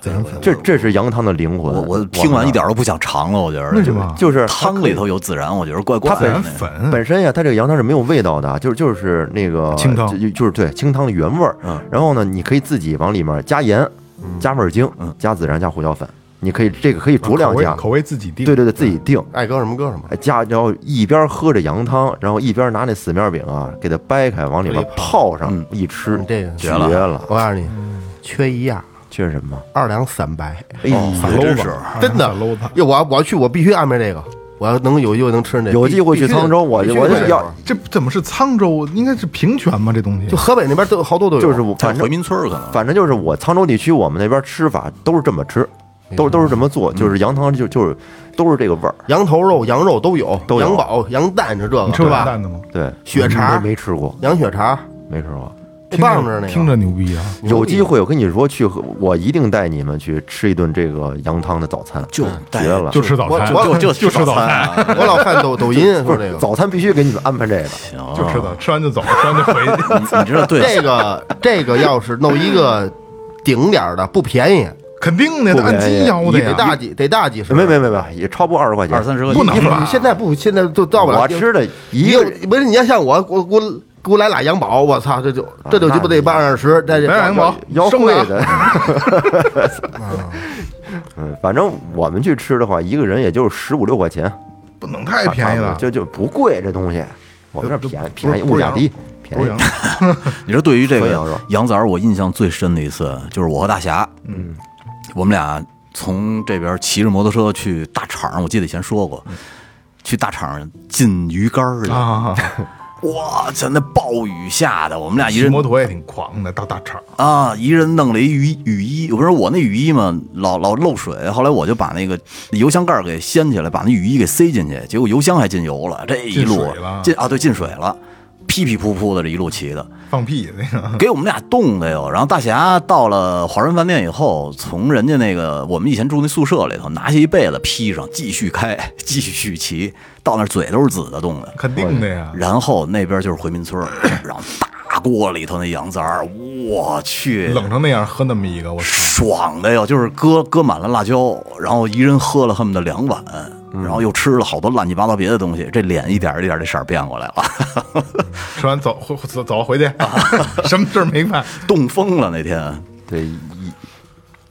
孜然粉，这这是羊汤的灵魂。啊我我听完一点都不想尝了，我觉得为什么就是汤里头有孜然，我觉得怪怪它孜的然那个。粉，本身呀，它这个羊汤是没有味道的，就是就是那个清汤就就是对清汤的原味儿。嗯然后呢，你可以自己往里面加盐、加味儿精、嗯加孜然、加胡椒粉，你可以这个可以口酌量味加。口味自嗯己定，对对对，自己定。爱搁什么搁什么。哎加，然后一边喝着羊汤，然后一边拿那死面饼啊，给它掰开，往里面泡上一吃嗯，这个绝绝了了！我告诉你，缺一样，缺什么？二两散白，哎呦，还哦真是啊真的搂它。要我要我要去，我必须安排这个。我要能有机会能吃那个，有机会去必须得沧州我必须我得要有啊这怎么是沧州？应该是平泉吗？这东西就河北那边都有好多都有，就是我在反正回民村儿可能反正就是我沧州地区，我们那边吃法都是这么吃，都是都是这么做，就是羊汤就就是都是这个味儿。羊头肉、羊肉都有，都有羊宝、羊蛋是这个，你吃对过羊吧？蛋的吗？对，血肠没、没吃过，羊血肠，没吃过。那听棒着那听着个，牛逼啊！有机会我跟你说去喝，我一定带你们去吃一顿这个羊汤的早餐，就带绝了。就吃早餐，啊我就就 就吃早餐啊，我老看抖抖音 不说这是个，早餐必须给你们安排这个，啊行，就吃早，吃完就走，吃完就回去。你知道对，啊这个这个要是弄一个顶点儿的，不便宜，肯定的，不得按斤要的得呀。大几得大几十，没没没没，也超不二十块钱，二三十个不能一份儿吧你 现在不现在都到不了，我吃的一一个个不是你要像我，我我给我来俩羊宝，我操，这就啊这就鸡巴得八二十，这来这羊宝，腰生会的 啊，的。 嗯，反正我们去吃的话，一个人也就是十五六块钱，不能太便宜了。就就不贵这东西。我们这儿便宜，便宜不物是价羊肉低，不便是宜羊。 你说对于这涮羊肉个羊崽儿，我印象最深的一次就是我和大侠，嗯，我们俩从这边骑着摩托车去大厂，我记得以前说过，去大厂进鱼竿儿去，啊，哇塞，那暴雨下的，我们俩一骑人摩托也挺狂的，到大厂啊，一人弄了一雨雨衣，我不是我那雨衣嘛，老老漏水，后来我就把那个油箱盖儿给掀起来，把那雨衣给塞进去，结果油箱还进油了，这一进路水了进啊对进水了，噼噼噗噗的这一路 骑的，放屁那 个。给我们俩冻的哟。然后大侠到了华润饭店以后，从人家那个我们以前住那宿舍里头拿下一被子披上，继续开，继续骑，到那儿嘴都是紫的， 冻的。肯定的呀，然后那边就是回民村 儿，然后大锅里头那羊杂儿，我去，冷成那样喝那么一个， 我操！爽的哟，就是搁搁满了辣椒，然后一人喝了恨不得两碗，然后又吃了好多乱七八糟别的东西，这脸一点儿一点儿这色儿变过来了，吃完走回走走 回去，什么事儿没干。冻疯了那天，对，一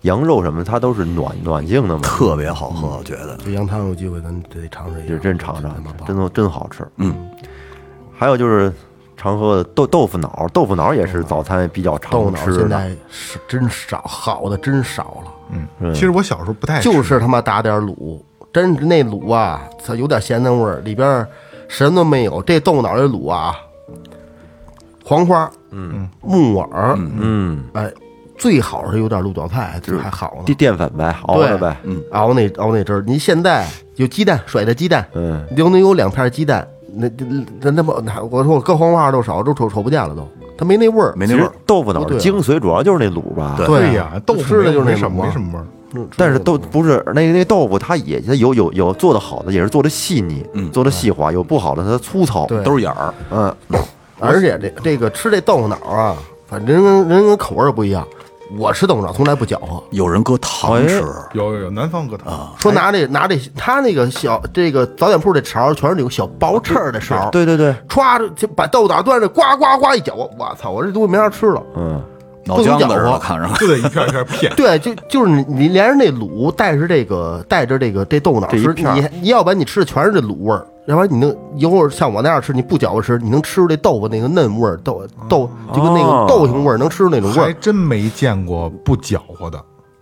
羊肉什么它都是暖暖性的嘛，特别好喝，我觉得。这羊汤有机会咱得尝尝一就下，真尝尝他妈棒，真的真好吃。嗯，还有就是常喝的豆豆腐脑，豆腐脑也是早餐比较豆常脑吃现的。在是真少，好的真少了，嗯，其实我小时候不太吃就是他妈打点卤，真是那卤啊，它有点咸淡味儿，里边儿什么都没有。这豆脑这卤啊，黄花，嗯，木耳，嗯，哎，最好是有点鹿角菜，这还好呢淀。淀粉呗，熬对了呗。嗯熬那熬那汁儿，你现在有鸡蛋，甩的鸡蛋，嗯，留能有两片鸡蛋，那那那么那我说我搁黄花都少，都瞅瞅不见了都，它没那味儿，没其那味实儿，豆腐脑的对啊精髓主要就是那卤吧。对对对啊呀，豆腐吃的就是没那没什么种没啊什么味儿。嗯但是豆不是那那豆腐，它也它有有有做的好的，也是做的细腻，嗯做的细滑；有不好的，它粗糙。对都是眼儿，嗯，而且这这个吃这豆腐脑啊，反正人跟人跟口味儿不一样。我吃豆腐脑从来不搅和，有人搁糖哎吃，有有有，南方疙瘩，说拿这拿这他那个小这个早点铺这勺全是那种小薄翅儿的勺，，对对对，歘就把豆腐脑端着呱呱呱一搅，我操，我这东西没法吃 了。嗯，脑浆子似不能搅的和。看着。就得一片一片片 对，就就是你，你连着那卤带着这个带着这个这豆腐脑这一吃，片儿你你要不然你吃的全是这卤味儿，要不然你能一会儿像我那样吃，你不搅和吃，你能吃出这豆腐那个嫩味儿，豆豆就跟那哦个豆腥味儿，能吃出那种味还儿。哦真没见过不搅和的，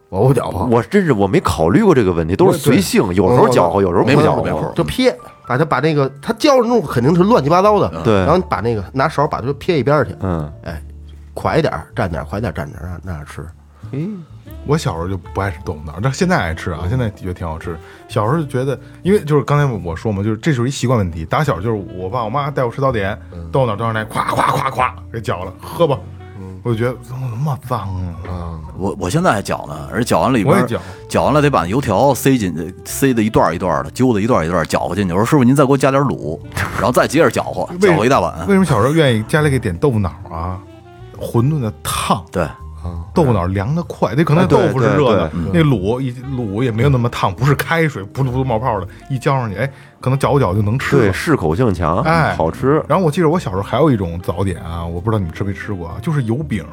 我不搅和，我真是我没考虑过这个问题，都是随性，有时候搅和，有时候不没搅谱没谱和。就撇，把它把那个它浇着弄肯定是乱七八糟的，对然后你把那个拿勺把它撇一边儿去，嗯，哎，快一点儿蘸点儿，快点儿蘸点儿，那那样吃。我小时候就不爱吃豆腐脑，但现在爱吃啊，现在的确挺好吃。小时候就觉得，因为就是刚才我说嘛，就是这是一习惯问题。打小就是我爸我妈带我吃早点，嗯豆腐脑端上来，咵咵咵咵给搅了，喝吧。嗯我就觉得怎么那么脏啊！我我现在还搅呢，而且搅完了里我边也搅，搅完了得把油条塞进，塞的一段一段的，揪的一段一段搅和进去。我说师傅，您再给我加点卤，然后再接着搅和，为搅和一大碗嗯为。什么小时候愿意家里给点豆腐脑啊？馄饨的烫，对，豆腐脑凉的快，那可能哎对豆腐是热的对，那卤一卤也没有那么烫，不是开水不噜不噜冒泡的，一浇上去，哎，可能搅和搅和就能吃对，了。适口性强，哎好吃。然后我记得我小时候还有一种早点啊，我不知道你们吃没吃过啊，就是油饼，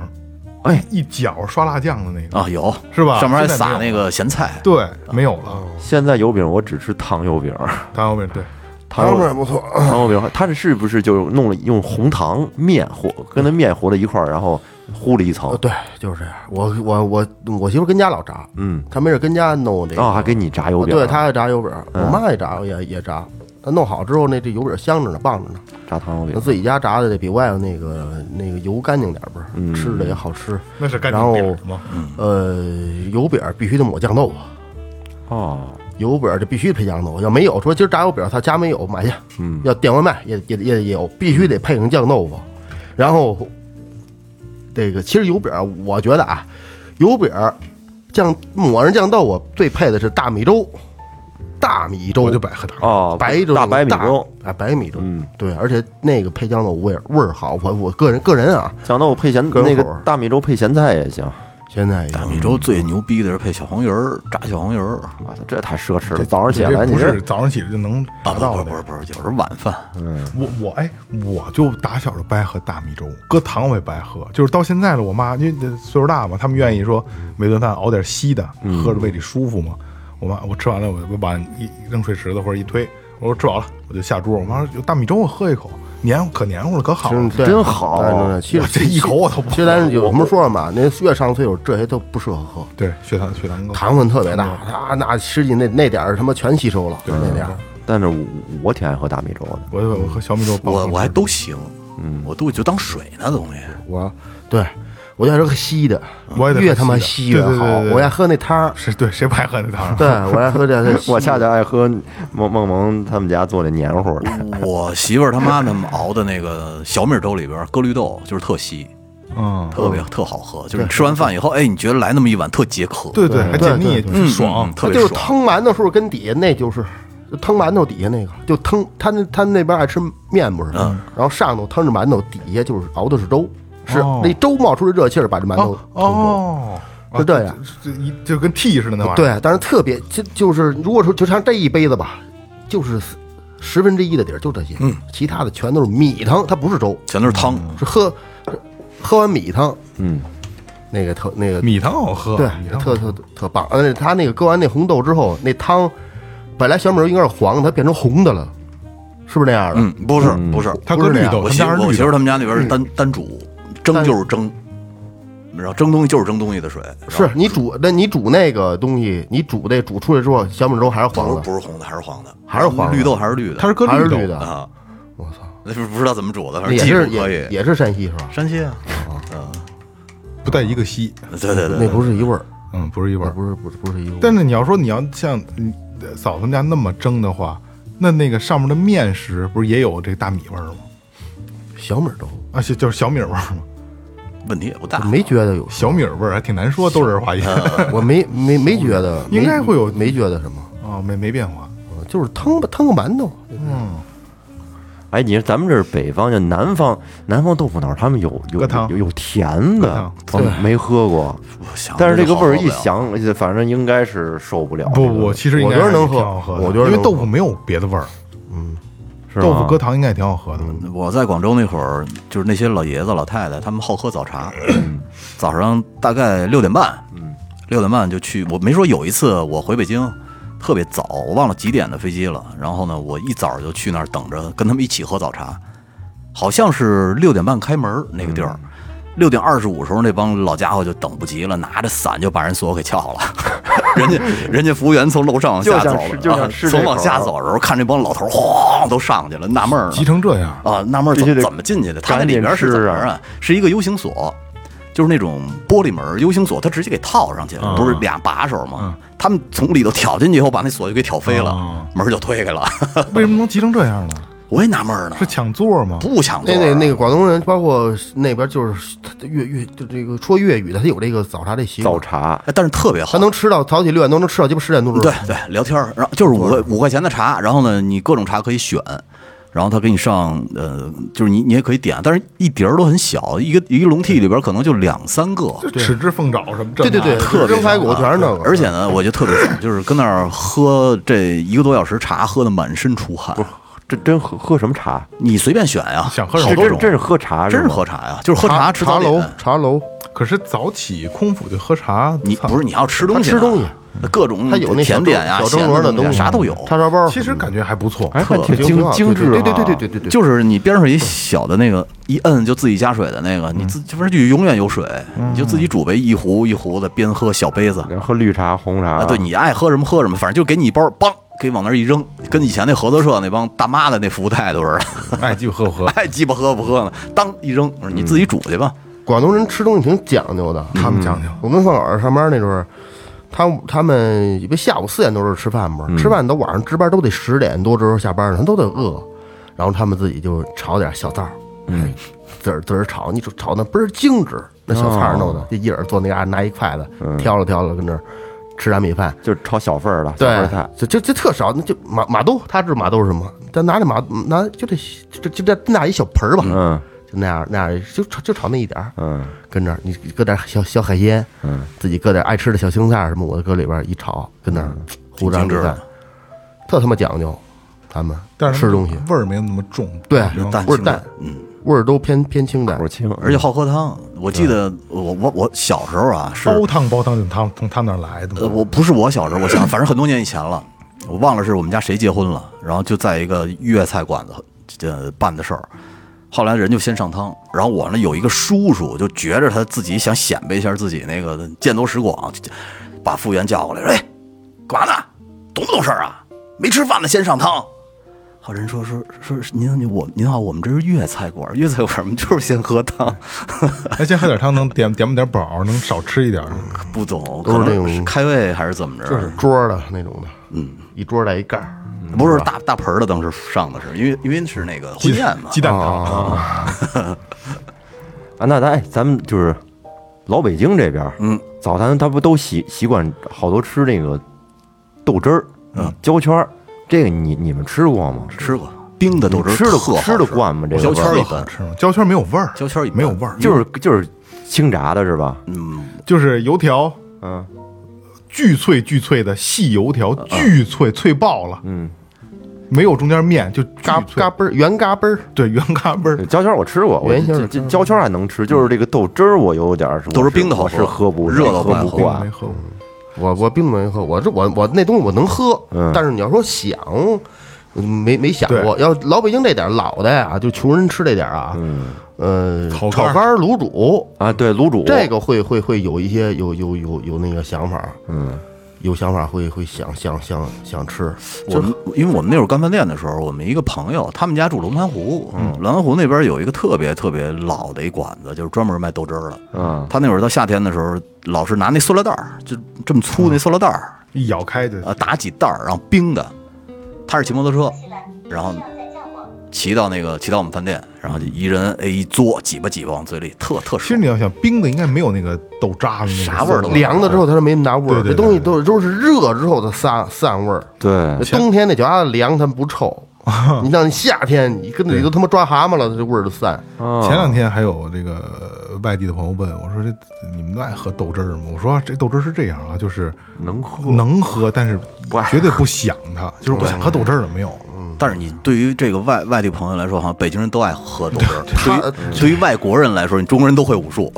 哎，一搅刷辣酱的那个，啊，有是吧上面还现在没撒有那个咸菜，对，没有了，现在油饼我只吃糖油饼，糖油饼，对，糖油饼不错，糖油饼，它这是不是就是弄了用红糖面和跟那面和在一块儿，然后糊了一层呃，？对，就是这样。我我我我媳妇跟家老炸，嗯，她没事跟家弄这个，哦，还给你炸油啊饼，嗯对，她爱炸油饼，我妈也炸，也也炸。她弄好之后，那这油饼香着呢，棒着呢。炸糖油那饼，自己家炸的得比外头那个那个油干净点儿不是？嗯吃着也好吃。那是干然净后饼吗？呃，油饼必须得抹酱豆腐，哦，有本儿这必须配酱豆，要没有说今儿炸油饼，他家没有买去，嗯要点外卖也也也得有，必须得配上酱豆腐。然后这个其实油饼儿，我觉得啊，油饼儿酱抹上酱豆腐最配的是大米粥，大米粥我就百喝大。哦，白粥大白米粥，啊，白米粥，嗯，对，而且那个配酱豆腐味儿味儿好，我我个人个人啊，酱豆腐配咸个人那个口儿大米粥配咸菜也行。现在大米粥最牛逼的是配小黄鱼儿，炸小黄鱼儿。嗯我操，这太奢侈了！早上起来这你不这是早上起来就能啊，达到不的是不是不是，有时候晚饭我我哎，我就打小就不爱喝大米粥，搁糖我也不爱喝，就是到现在了，我妈因为岁数大嘛，他们愿意说每顿饭熬点稀的，嗯喝着胃里舒服嘛。我妈我吃完了，我我把一扔水池子或者一推，我说吃饱了，我就下桌。我妈说有大米粥，我喝一口，黏糊可黏糊了，可好了。对真好对对对其我实这一口我都不其实咱有什么说嘛，那越上岁数这些都不适合喝，对，血糖血糖高，糖分特别大，那那吃进那那点儿他妈全吸收了，那点儿但是我我挺爱喝大米粥的。我我喝小米粥，哦我我还都行，嗯我都就当水呢东西。我对我就爱喝稀的嗯我也，得喝稀的越他妈稀越对对好对对，对我爱喝那 汤儿，是对谁不爱喝那糖？啊对我爱喝 这我恰恰爱喝梦梦萌他们家做的黏糊嗯的，我媳妇儿他妈他们熬的那个小米粥里边儿搁绿豆，就是特稀，嗯，特别特好喝。就是你吃完饭以后，哎，你觉得来那么一碗特解渴，对对，还解对腻，嗯，爽嗯。特别就是爽。腾馒头时候跟底下那就是。就腾馒头底下那个，就腾他那他那边爱吃面不是，然后上头腾着馒头，底下就是熬的是粥，是哦那粥冒出的热气儿把这馒头哦腾出来。哦，啊是这样，这这一就跟 T 似的那玩意儿。对，但是特别就就是，如果说就像这一杯子吧，就是十十分之一的底儿就这些，嗯，其他的全都是米汤，它不是粥，全都是汤，是喝喝完米汤，嗯，那个特那个米汤好喝，对米汤，特特特棒，而且它那个搁完那红豆之后，那汤本来小米粥应该是黄的，它变成红的了，是不是那样的？嗯，不是不是，他搁不是绿那样豆，我他们媳妇家儿是我绿媳豆妇儿。他们家那边嗯是单单煮，蒸就是蒸，然后蒸东西就是蒸东西的水，是你煮那你煮那个东西，你煮那煮出来之后，小米粥还是黄不是的，不是红的还是黄的，还是黄的绿豆还是绿的，它是搁还是绿豆绿的，啊，我操，那不不知道怎么煮的，反正也技是术可也以。也是山西是吧？山西啊，不带一个稀，对对对，那不是一味儿，嗯，不是一味那儿。不是不是不是一味儿。但是你要说你要像嗯嫂子他们家那么蒸的话，那那个上面的面食不是也有这个大米味儿吗？小米粥，啊，就就是小米味儿吗？问题也不大，没觉得有，小米味儿还挺难说，都是化音啊，我没没没觉得， 应该会有没没觉得什么，哦没没变化。呃就是腾吧腾个馒头，哎，你说咱们这是北方，就南方，南方豆腐脑他们有有搁汤有有甜搁的汤，我没喝过，我想但是这着就个味儿好一不了，想，反正应该是受不了。不不，其实应该我觉得能喝还挺好喝的，我觉得因能喝为豆腐没有别的味儿，是吗豆腐搁糖应该也挺好喝嗯的。我在广州那会儿，就是那些老爷子老太太，他们好喝早茶，嗯 早上大概六点半，六点半就去。我没说有一次我回北京特别早，我忘了几点的飞机了。然后呢，我一早就去那儿等着跟他们一起喝早茶，好像是六点半开门儿那个地儿。嗯六点二十五时候，那帮老家伙就等不及了，拿着伞就把人锁给撬了。 人 家人家服务员从楼上往下走就想了吃，就想啊吃这从往口下儿走的时候，看这帮老头儿哗都上去了，纳闷儿呢急。成这 样，啊，纳闷儿必须怎得怎么进去的？它那赶里紧边是怎吃么啊啊？是一个 U 型锁，就是那种玻璃门儿 U 型锁，它直接给套上去，嗯不是俩把手吗？他们从里头挑进去以后，把那锁就给挑飞了哦啊，门儿就推开了。 为什么能急成这样呢？我也纳闷儿呢是，抢座吗？不想做那那啊那个广东人，包括那边就是他粤粤就这个说粤语的，他有这个早茶这习惯早，茶，哎但是特别好他。能吃到早起六点多能吃到鸡巴十点多钟对，对，聊天儿，然后就是五块五块钱的茶，然后呢，你各种茶可以选，然后他给你上，呃，就是你你也可以点，但是一碟儿都很小，一个一个笼屉里边可能就两三个，就豉汁凤爪什么这对对对，特别蒸排骨全是那个，而且呢，我就特别爽，就是跟那儿喝这一个多小时茶，喝的满身出汗。这真喝喝什么茶？你随便选呀，想喝什好么多这种，真是喝茶，真是吗喝茶呀，就是喝茶吃早楼点。茶楼，可是早起空腹就喝茶，你操不是你要吃东西呢，他吃东西各种他有那小甜蒸点呀、小蒸咸馍的的东西啊东西啥都有。叉烧包，其实感觉还不错。哎，还挺挺挺精好精致对哈，对对对对对对，就是你边上一小的那个，一摁就自己加水的那个，你嗯自这不是就永远有水，你就自己煮呗，一壶一壶的，边喝小杯啊子然后喝绿茶、红茶啊，对你爱喝什么喝什么，反正就给你一包，梆给往那儿一扔，跟以前那合作社那帮大妈的那服务态度似的。爱继续喝不喝？爱鸡巴喝不喝呢？当一扔，我说你自己煮去吧。广东人吃东西挺讲究的，嗯他们讲究，我跟饭馆上班那阵儿，他他们不下午四点多钟吃饭吗？吃饭到晚上值班都得十点多之后下班，他都得饿，然后他们自己就炒点小灶，嗯，自个儿自个儿炒，你说炒那倍儿精致，那小菜儿弄的，就一人坐那嘎拿一筷子挑了挑了，跟那儿吃点米饭，就是炒小份儿了，小份对儿菜，，就就就特少，那就马马兜，他知道马兜是什么，他拿着马拿就这就就这那一小盆儿吧，嗯就那样那样就炒就炒那一点儿，嗯跟那儿你搁点小小海鲜，嗯，自己搁点爱吃的小青菜什么，我搁里边一炒，跟那儿胡张挺精致干的，特他妈讲究，他们但是吃东西味儿没有那么重。对然后淡味儿清淡淡，嗯，味儿都偏偏清淡口，清，哎而且好喝汤。我记得我我我小时候啊是煲汤煲汤就是他们从他们那儿来的呃，嘛。我不是我小时候，我想反正很多年以前了，我忘了是我们家谁结婚了，然后就在一个粤菜馆子呃办的事儿。后来人就先上汤，然后我呢有一个叔叔，就觉着他自己想显摆一下自己那个见多识广，就把服务员叫过来说：“哎，干嘛呢？懂不懂事儿啊？没吃饭呢先上汤。”好人说说说您我您好，我们这是粤菜馆，粤菜馆我们就是先喝汤，哎，先喝点汤能点点不点饱，能少吃一点。 不懂都是可那能种是开胃还是怎么着？桌儿的那种的，嗯，一桌儿带一盖儿，嗯不是大大盆儿的，当时上的是因为因为是那个婚鸡宴嘛，鸡蛋汤啊，啊，那咱哎，咱们就是老北京这边，嗯，早餐他不都习习惯好多吃那个豆汁儿，嗯，焦圈儿，这个你你们吃过吗？吃过冰的豆汁儿，吃得特好吃得惯吗这个焦味圈儿儿一好般，吃吗？焦圈没有味儿，焦圈儿一般没有味儿，就是就是清炸的是吧？嗯，就是油条嗯巨脆巨脆的细油条，巨脆脆爆了，嗯，没有中间面，就嘎嘎嘎，嘎嘣儿圆嘎嘣儿，对，圆嘎嘣儿。焦圈儿我吃过，我原先是这这焦圈儿还能吃，就是这个豆汁儿我有点儿是嗯豆汁儿冰的好我喝是喝不热的喝不不爱没惯，喝过，我我并没喝，我这我我那东西我能喝，嗯但是你要说想，嗯没没想过。要老北京这点儿老的呀，就穷人吃这点儿啊，呃，炒炒肝儿肝儿、卤煮，啊，对卤煮这个会会会有一些有有有有那个想法，嗯，有想法会会想想想想吃，我们因为我们那会儿干饭店的时候，我们一个朋友他们家住龙潭湖，嗯，龙潭湖那边有一个特别特别老的一馆子，就是专门卖豆汁儿的。嗯他那会儿到夏天的时候，老是拿那塑料袋儿，就这么粗那塑料袋儿，一咬开就啊，打几袋儿，然后冰的。他是骑摩托车，然后骑到那个骑到我们饭店，然后就一人哎一嘬，挤吧挤吧往嘴里，特特其实爽。你要想冰的，应该没有那个豆渣子那个啥味儿都没有凉了之后它是没那么大味儿，对对对这东西都都是热之后它散散味儿。对这冬天那脚丫子凉，它不臭。你像你夏天，你跟那里都他妈抓蛤蟆了，它这味儿就散。啊前两天还有这个呃外地的朋友问我说：“这你们都爱喝豆汁儿吗？”我说：“这豆汁儿是这样啊，就是能喝能喝，但是不爱喝绝对不想它，就是不想喝豆汁儿了。”没有，但是你对于这个外外地朋友来说，好像北京人都爱喝豆汁儿。对他于对于外国人来说，你中国人都会武术。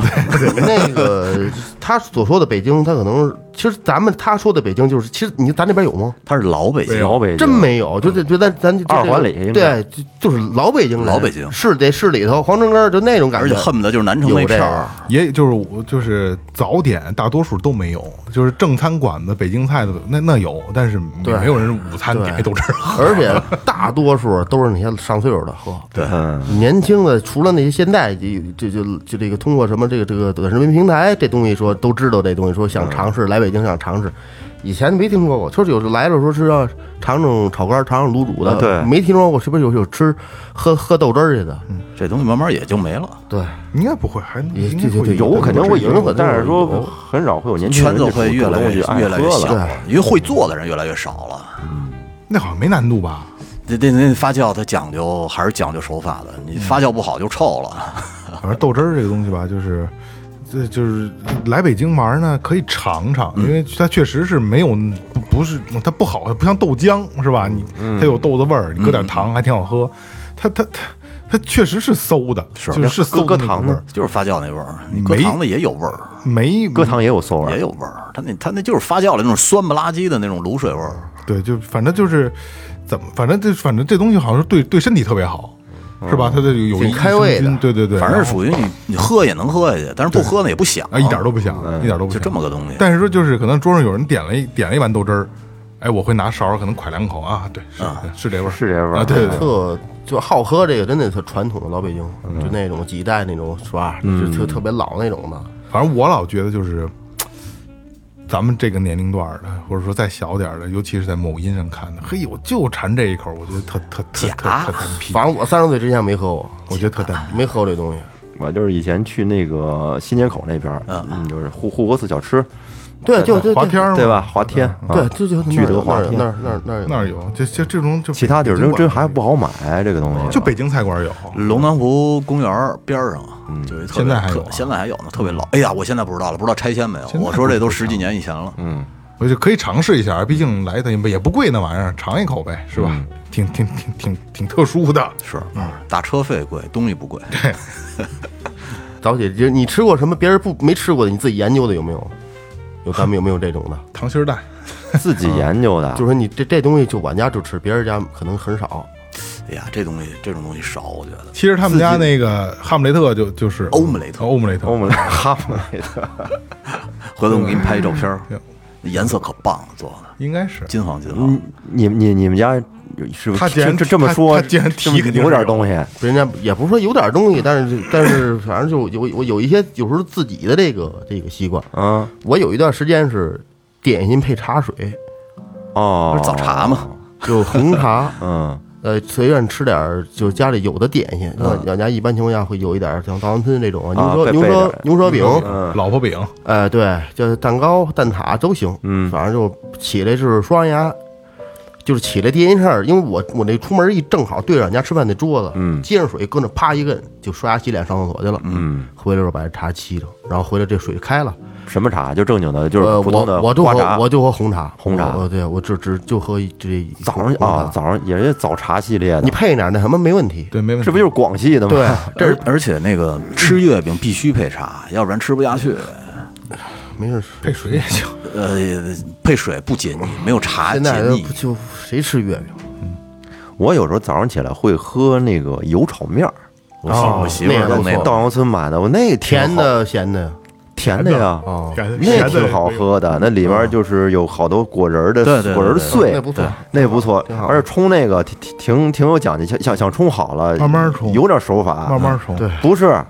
那个他所说的北京，他可能是其实咱们他说的北京就是，其实你咱这边有吗？他是老北京，老北京真没有，就这就咱咱就这个二环里应该对，就就是老北京人，老北京市得市里头黄城根儿就那种感觉，而且恨不得就是南城那有这片个儿。也就是我就是早点大多数都没有，就是正餐馆子北京菜的那那有，但是对没有人午餐点一豆汁儿喝。 而且大多数都是那些上岁数的喝，对，嗯年轻的除了那些现在这这就就这个通过什么这个这个短视频平台这东西说都知道这东西，说想尝试来北京想尝试，以前没听说过，就是有时候来了说是要尝尝炒肝、尝尝卤煮的，啊对没听说过是不是有有吃喝喝豆汁儿去的？嗯这东西慢慢也就没了。对，应该不会，还也应该就就会就有肯定会有有，但是有说很少会有年轻圈人子会越来越主动去爱越来越喝小了，了，因为会做的人越来越少了。那好像没难度吧？这这那发酵它讲究还是讲究手法的，你发酵不好就臭了。 反正豆汁儿这个东西吧，就是，这就是来北京玩呢，可以尝尝，因为它确实是没有，不不是它不好，它不像豆浆是吧？你它有豆子味儿，你搁点糖还挺好喝，它它它它确实是馊的，就是是馊搁的那个嗯糖味呢儿，就是发酵那味儿，你搁没糖的也有味儿，嗯没搁糖也有馊味也儿，有味儿。它那它那就是发酵了那种酸不拉几的那种卤水味儿。对，就反正就是怎么，反正这反正这东西好像是对对身体特别好，是吧？它这有挺益开生胃的菌对对对，反正然是后属于你你喝也能喝下去，但是不喝呢也不响啊，一点都不想，一点都就不想这么个东西。但是说就是可能桌上有人点了一点了一碗豆汁儿，哎，我会拿勺儿可能㧟两口啊，对，是、是这味儿，是这味儿啊，对对对，特就好喝这个，真的特传统的老北京，嗯就那种几代那种是吧？就特特别老那种的，反正我老觉得就是，咱们这个年龄段儿的，或者说再小点儿的，尤其是在某音上看的，嘿，我就馋这一口，我觉得特特特特特单皮，反正我三十岁之前没喝过，我觉得特单皮。没喝过这东西。我就是以前去那个新街口那边儿，嗯，就是护护国寺小吃，对，就就滑天儿吗对吧？？华天，对嗯啊，就就聚德华那天，儿那儿那儿那那儿儿有，就就这种就其他地儿真真还不不好买啊这个东西。就北京菜馆有，龙南湖公园儿边儿上啊，就有一特别现在还有啊特现在还有呢，特别老。哎呀，我现在不知道了，不知道拆迁没有。现在我说这都十几年以前了。嗯我就可以尝试一下，毕竟来的也不也不贵那玩意儿，尝一口呗，是吧？嗯挺挺挺挺挺特殊的，是，打车费贵，东西不贵。早起就你吃过什么别人不没吃过的，你自己研究的有没有？有咱们有没有这种 的？溏心儿蛋。自己嗯研究的，就是说你这这东西就我家就吃，别人家可能很少。哎呀，这东西这种东西少，我觉得。其实他们家那个哈姆雷特就就是欧姆雷特欧姆雷特我们 哈姆雷特，回头我给你拍一照片儿嗯，颜色可棒了，做的应该是金黄金黄嗯。你你你们家是不是他既然这这么他说，他既然这么提肯定有是点有东西，人家也不是说有点东西，但是但是反正就有我有一些有时候自己的这个这个习惯。嗯我有一段时间是点心配茶水，哦不，是早茶哦嘛，就红茶， 嗯呃，随便吃点儿，就家里有的点心。那老家一般情况下会有一点儿像稻香村这种啊牛舌备牛备舌着牛舌饼，嗯老婆饼，哎，对，就是蛋糕、蛋挞都行。嗯反正就起来就是刷牙，就是起来第一件事儿，因为我我那出门一正好对着俺家吃饭那桌子，嗯接上水，搁那啪一摁，就刷牙洗脸上厕所去了。嗯，回来时候把这茶沏着，然后回来这水开了，什么茶？就正经的，就呃，是普通我的我就花茶喝。我就喝红茶，红茶我对我只只就喝一这一早上红茶啊，早上也是早茶系列嗯你的，配一点那什么没问题。对，没问题。这不就是广西的吗？ 对，而而且那个吃月饼必须配茶，要不然吃不下去。嗯没事。配水也行？呃，配水不解腻，没有茶现解在都腻不。就谁吃月饼？我有时候早上起来会喝那个油炒面儿，我媳我媳妇哦哎那儿个都不那错种稻香村买的，我那个挺好甜的、咸的呀？甜的呀，哦，那挺好喝的，那里边就是有好多果仁儿的对对对果仁儿对碎，那不错。那不错挺好，而且冲那个挺挺挺挺有讲究，想想想冲好了，慢慢冲有点手法，啊慢慢冲。对不是，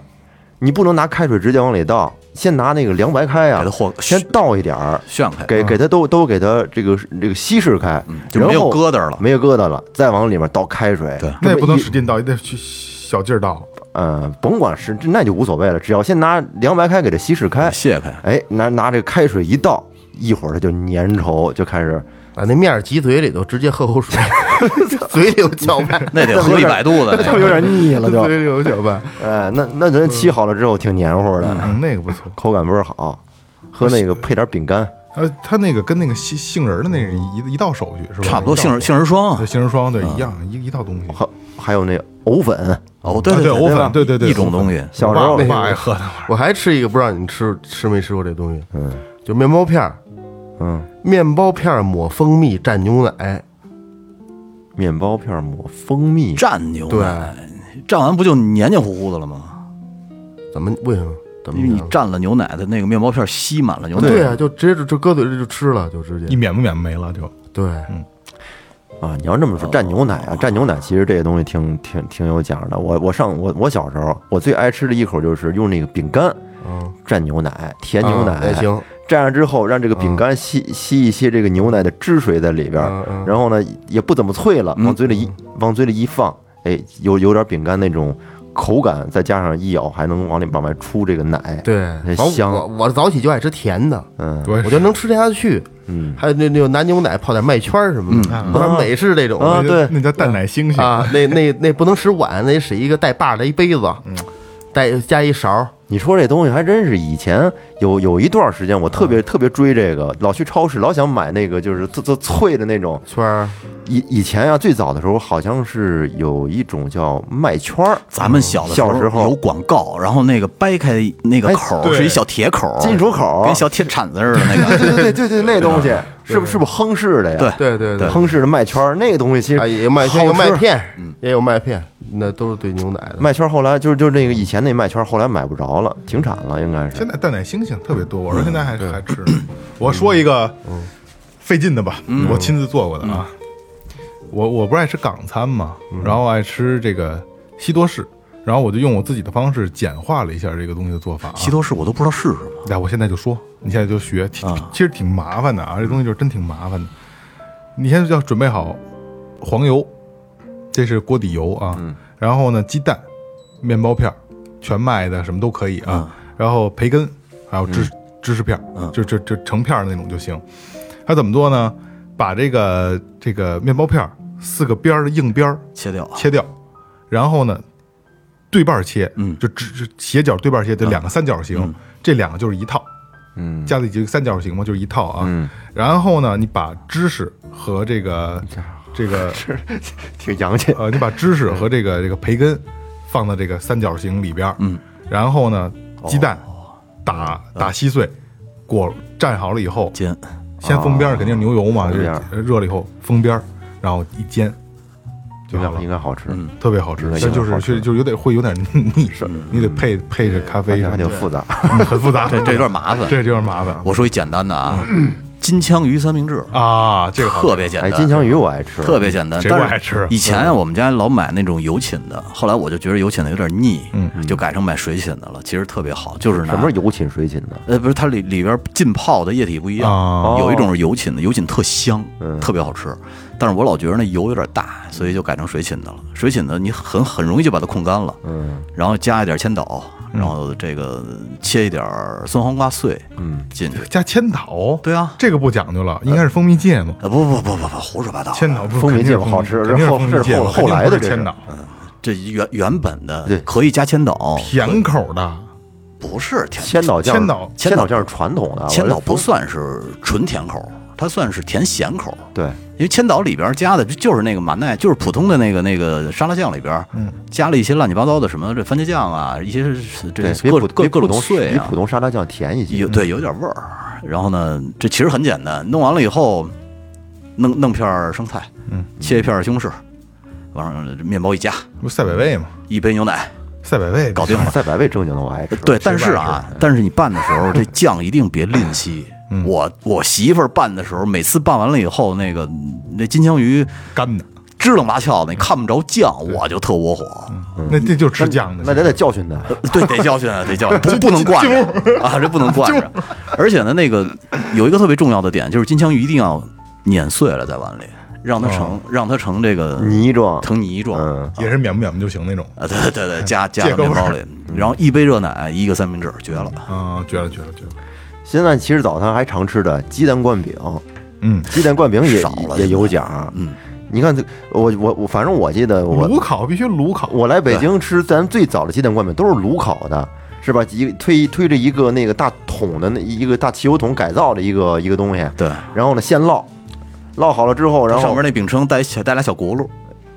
你不能拿开水直接往里倒，先拿那个凉白开啊给它，和先倒一点儿，炫开，给给它都都给它这个这个稀释开，嗯就没然有后疙瘩了。没有疙瘩了，再往里面倒开水，对那也不能是使劲倒，也得去小劲儿倒。嗯，甭管是这那就无所谓了，只要先拿凉白开给它稀释开，卸开，哎，拿拿这个开水一倒，一会儿它就粘稠，就开始。把啊那面儿挤嘴里头，直接喝口水，嘴里有搅拌， 那得喝一百度的那就个。有点腻了，就嘴里有搅拌。哎，那那人沏好了之后挺黏糊的，嗯，那个不错。口感倍儿好，喝那个配点饼干，呃，它那个跟那个杏杏仁儿的那是一一道手续是吧？差不多一道杏仁杏仁霜对啊，杏仁霜对一样一一道东西。还还有那藕粉，哦对啊对藕对吧粉对对对一种东西小时我候爸我爸爱喝的玩意儿，我还吃一个，不知道你吃吃没吃过这东西？嗯，就面包片儿，嗯，面包片儿抹蜂蜜蘸牛奶，面包片抹蜂蜜，蘸牛对奶，蘸完不就黏黏糊糊的了吗？怎么为什么？怎么因为你样蘸了牛奶的那个面包片吸满了牛奶，对啊，就直接就就搁嘴里就吃了，就直你接免不免没了就。嗯对。啊，你要这么哦说，蘸牛奶啊，蘸牛奶其实这个东西挺挺挺有讲的。我我上我我小时候，我最爱吃的一口就是用那个饼干嗯，蘸牛奶，甜牛啊也奶，行，蘸上之后让这个饼干吸吸一些这个牛奶的汁水在里边儿，嗯嗯然后呢也不怎么脆了，往嘴里一往嘴里一放，哎，有有点饼干那种口感，再加上一咬还能往里往外出这个奶，对也，反正香我我早起就爱吃甜的，嗯我也我是觉得能吃得下去。嗯还有那那种拿牛奶泡点麦圈儿什么的，嗯不是美式这种啊那对那叫蛋奶星星。啊，那那那不能使碗，那使一个带把儿的一杯子，带加一勺儿，你说这东西还真是，以前有有一段时间我嗯特别、特别追这个，老去超市老想买那个就是特特脆的那种。圈儿以以前啊，最早的时候好像是有一种叫麦圈儿，咱们小的小时候有广告，然后那个掰开那个口儿对是一小铁口儿，金属口儿啊跟小铁铲子似的 那个。对对对对，那东西是不是不是亨氏的呀？对对对对，亨氏的麦圈儿那个东西其实啊，也有麦片，有好吃麦片，也有麦片，那都是兑牛奶的。麦圈儿后来就是就是那个以前那麦圈儿后来买不着了，停产了应该是嗯现。在蛋奶星星特别多，我说现在还还吃呢。我说一个费劲的吧，我亲自做过的啊。我我不是爱吃港餐嘛，然后爱吃这个西多士，然后我就用我自己的方式简化了一下这个东西的做法、啊。西头市我都不知道是什么，哎来，我现在就说，你现在就学，其啊其实挺麻烦的啊，这东西就是真挺麻烦的。你现在就要准备好黄油，这是锅底油啊，嗯然后呢，鸡蛋、面包片儿，全麦的什么都可以嗯啊，然后培根，还有芝、芝士片儿，就就就成片儿的那种就行。它怎么做呢？把这个这个面包片儿四个边儿的硬边儿切掉。啊切掉，然后呢，对半儿切，嗯就直直斜角对半儿切，这两个三角形，这两个就是一套，嗯加在一起就三角形嘛，就是一套啊。嗯，然后呢，你把芝士和这个这个挺洋气。呃，你把芝士和这个这个培根放到这个三角形里边儿，嗯，然后呢，鸡蛋打打稀碎，裹蘸好了以后，煎，先封边儿，肯定是牛油嘛，封边儿就是热了以后封边儿，然后一煎就就好样了应。该好吃，嗯特别好吃应，该但就也好是吃确实就是有点会有点腻，你得配配着咖而啡且什么还的，挺复杂。嗯很复杂，这这有点麻 烦。这有点麻烦我说一简单的啊，金枪鱼三明治，啊，这个好特别简哎，单，金枪鱼我爱吃，特别简单。谁但不是爱吃以前啊，我们家老买那种油浸的，后来我就觉得油浸的有点腻，嗯，就改成买水浸的了。其实特别啊好，就是拿什么是油浸水浸的，呃，不是，它里里边浸泡的液体不一样，啊有一种是油浸的，油浸特香，特别好吃。但是我老觉得那油有点大，所以就改成水浸的了。水浸的你很很容易就把它控干了，嗯，然后加一点千岛，然后这个切一点酸黄瓜碎，嗯，进去。加千岛，对啊，这个不讲究了，应该是蜂蜜芥末。啊不不不不不，胡说八道，啊千岛不是蜂蜜芥末肯定是好吃肯定这是后蜂蜜这是芥末，后后来的肯定不是这是嗯千岛，这原原本的对可以加千岛，甜口的不是甜千岛酱，千岛千岛酱是传统的，千岛啊我这不算是纯甜口，它算是甜咸口。对，因为千岛里边加的就就是那个马奈，就是普通的那个那个沙拉酱里边，嗯，加了一些乱七八糟的什么这番茄酱啊，一些对这比各普各比各普种通碎比啊普，通沙拉酱甜一些。有对有点味儿。然后呢，这其实很简单，弄完了以后，弄弄片儿生菜，嗯，切一片儿西红柿，往上面包一夹，不是赛百味吗？一杯牛奶，赛百味搞定了。赛百味正经的我爱吃，对，但是啊，嗯但是你拌的时候，这酱一定别吝惜。我我媳妇儿拌的时候，每次拌完了以后，那个那金枪鱼干的，支棱八翘的，你看不着酱，我就特窝火。嗯那这就吃酱的。那得得教训他。对，得教训啊，得教 训，不不能惯着啊，这不能惯着。而且呢，那个有一个特别重要的点，就是金枪鱼一定要碾碎了在碗里，让它成让它成这个哦泥状，成泥状。嗯也是免不免不就行那种啊， 对对对， 加加借到个面味儿包里，嗯然后一杯热奶，一个三明治，绝了。啊，绝了绝了绝了！现在其实早餐还常吃的鸡蛋灌饼，嗯，鸡蛋灌饼也少了也有奖。嗯，你看这我我我，反正我记得我炉烤必须炉烤，我来北京吃咱最早的鸡蛋灌饼都是炉烤的，是吧？一推推着一个那个大桶的那一个大汽油桶改造的一个一个东西，对，然后呢现烙，烙好了之后，然上后面那饼铛带小带俩小轱辘，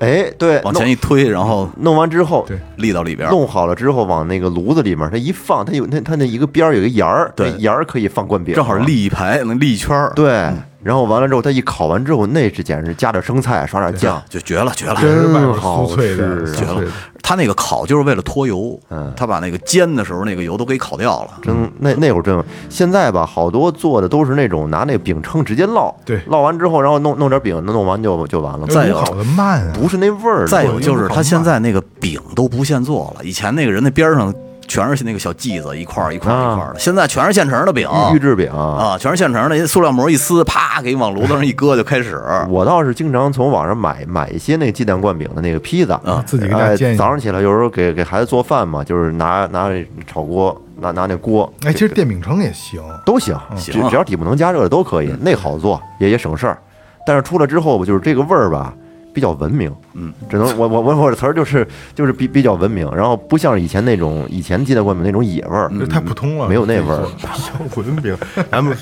哎对，往前一推，然后弄弄完之后对立到里边儿。弄好了之后，往那个炉子里面，它一放，它有那它那一个边儿有个沿儿，对那沿儿可以放灌饼，正好立一排，能立一圈儿，对。然后完了之后，它一烤完之后，那是简直加点生菜，刷点酱，就绝了，绝了，这是外边真好酥脆的，吃啊酥绝脆的了。他那个烤就是为了脱油，嗯他把那个煎的时候那个油都给烤掉了。真那那会儿真。现在吧，好多做的都是那种拿那个饼铛直接烙，对烙完之后，然后弄弄点饼，弄完就就完了，再有炉烤的慢啊，不是那味儿了。再有就是他现在那个饼都不现做了，以前那个人那边上全是那个小剂子，一块儿一块儿一块儿的，现在全是现成的饼预预制饼，啊，全是现成的，一塑料膜一撕，啪给你往炉子上一搁就开始。我倒是经常从网上买买一些那个鸡蛋灌饼的那个披萨，啊自己给大家哎，煎一下早上起来有时候给给孩子做饭嘛，就是拿拿炒锅，拿拿那锅，哎，其实电饼铛也行，都行，只行啊只要底部能加热的都可以，那好做也也省事儿。但是出来之后，就是这个味儿吧，比较文明，嗯，只能我我我我的词儿就是就是比比较文明，然后不像以前那种以前鸡蛋灌饼那种野味儿，这太普通了，嗯没有那味儿 小文饼，咱们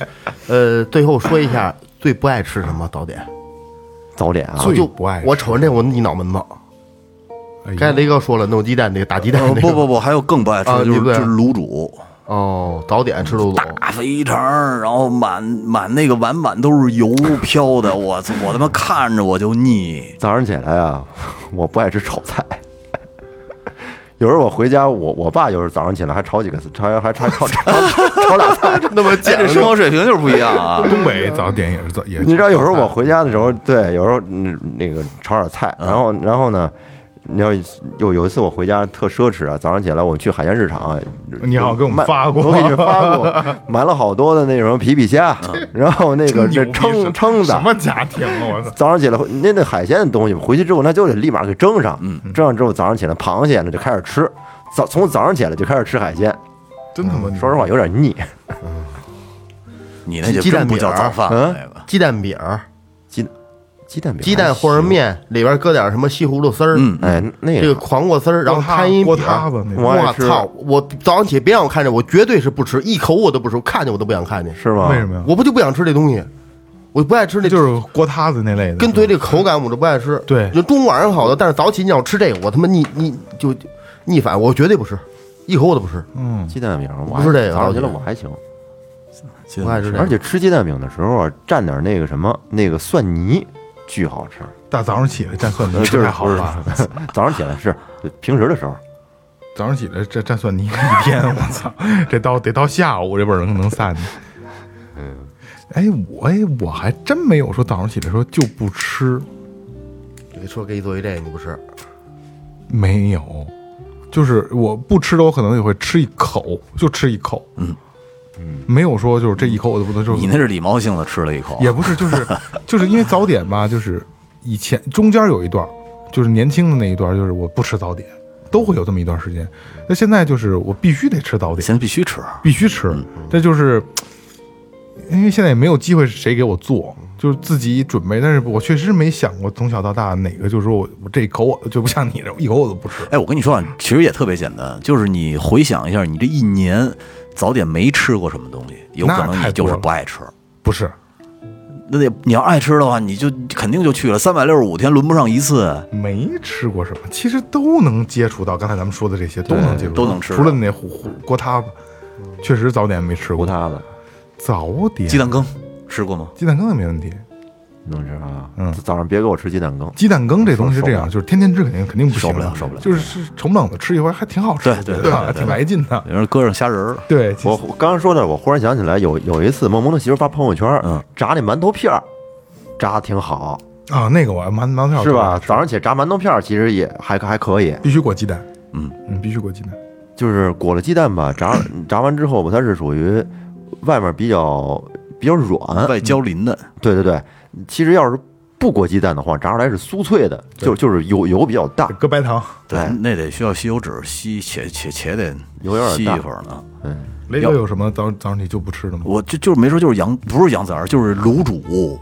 呃，最后说一下最不爱吃什么早点。早点啊，最就不爱吃我瞅着这我一脑门子。哎呦刚才雷哥说了，弄鸡蛋那个打鸡蛋呃那个不不不，还有更不爱吃嗯啊的就是对不对就是卤煮，哦，早点吃卤煮，大肥肠儿，然后满满那个碗满都是油飘的，我我他妈看着我就腻。早上起来啊， 我不爱吃炒菜。 有时候我回家，我我爸有时候早上起来还炒几个，还还还炒炒炒俩菜。那么哎，这生活水平就是不一样啊！东北早点也是早也，嗯你知道有时候我回家的时候，对，有时候嗯那个炒点菜，然后然后呢，你要有有一次我回家特奢侈啊，早上起来我去海鲜市场，你好给我们买发过我给你 发过，买了好多的那什么皮皮虾，然后那个嗯这牛逼撑是撑的什，么家庭啊！我操，早上起来那那海鲜的东西回去之后，那就得立马给蒸上，嗯蒸上之后早上起来螃蟹呢就开始吃，早从早上起来就开始吃海鲜，真嗯他妈说实话有点腻， 你那就鸡真蛋不饼叫儿早饭嗯了，那个鸡蛋饼儿、鸡鸡蛋饼鸡蛋或者还行，面里边搁点什么西葫芦丝儿，嗯哎那这个狂过丝儿，然后摊一锅饼塌儿。吧，那我爱我吃操！我早上起别让我看见，我绝对是不吃，一口我都不吃，我看见我都不想看见。是吗？为什么呀？我不就不想吃这东西，我不爱吃这，嗯就是锅塌子那类的，跟嘴里口感我都不爱吃。对就中午晚上好的，但是早起你让我吃这个，我他妈逆逆就逆反，我绝对不吃，一口我都不吃。嗯，鸡蛋饼我不是这个嗯早上起来老铁我还行，嗯现不爱吃这而个。且吃鸡蛋饼的时候啊，蘸点那个什么那个蒜泥，巨好吃。大早上起来蘸蒜泥呃这就是太好不是了。早上起来是平时的时候，早上起来蘸蘸蒜泥一天，我操， 这到得到下午这味儿能能散去。嗯哎，我哎，我还真没有说早上起来说就不吃，你说给你做一这个你不吃，没有，就是我不吃的，我可能也会吃一口，就吃一口，嗯嗯，没有说就是这一口我都不能，就是你那是礼貌性的吃了一口，也不是，就是就是因为早点吧，就是以前中间有一段儿，就是年轻的那一段儿，就是我不吃早点，都会有这么一段时间。那现在就是我必须得吃早点，现在必须吃。必须吃，嗯这就是因为现在也没有机会是谁给我做，就是自己准备。但是我确实没想过从小到大哪个就是说我我这一口我就不像你这一口我都不吃，哎，我跟你说啊，其实也特别简单，就是你回想一下，你这一年早点没吃过什么东西，有可那能太你多就是了不爱吃。不是。那得你要爱吃的话，你就肯定就去了，三百六十五天轮不上一次。没吃过什么，其实都能接触到。刚才咱们说的这些都能接触到，都能吃除了那糊糊锅塌吧，确实早点没吃糊过。塌的早点鸡蛋羹吃过吗？鸡蛋羹也没问题。能吃啊。嗯早上别给我吃鸡蛋羹，鸡蛋羹这东西是这受不样，嗯了就是天天吃肯定肯定不行受不了的受不了就是是冷冷的吃一会儿还挺好吃的，对对对吧？对对对挺来劲的。有人搁上虾仁儿，对，我我刚刚说的，我忽然想起来有有一次萌萌的媳妇发朋友圈，嗯，炸那馒头片儿，炸的挺好，啊，那个我馒馒头片儿是吧？我吃早上起来炸馒头片儿其实也还还可以，必须裹鸡蛋，嗯嗯，必须裹鸡蛋。就是裹了鸡蛋吧，炸炸完之后吧，它是属于外面比较比较软，外焦淋的，对对对。其实要是不裹鸡蛋的话，炸出来是酥脆的，就就是油油比较大，搁白糖，对哎，那得需要吸油纸吸，且且且得油有点吸大一会儿呢。嗯，雷哥有什么早早上你就不吃的吗？我就就是没说就是羊，不是羊杂儿，就是卤煮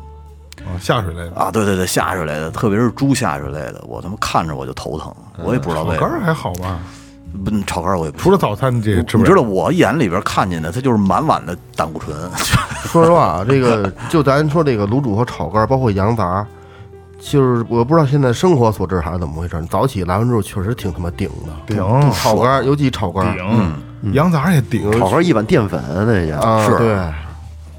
啊，下水类的，啊，对对对，下水类的，特别是猪下水类的，我他妈看着我就头疼，我也不知道炒为肝什儿么。还好吧？不炒肝儿我也不除了早餐这吃你不知道了。我眼里边看见的，它就是满碗的胆固醇，说实话啊，这个就咱说这个卤煮和炒肝儿，包括羊杂儿，就是我不知道现在生活所致还是怎么回事儿。早起来完之后确实挺他妈顶的，顶炒肝儿尤其炒肝儿嗯顶，嗯羊杂儿也顶，炒上一碗淀粉那些，啊，是对，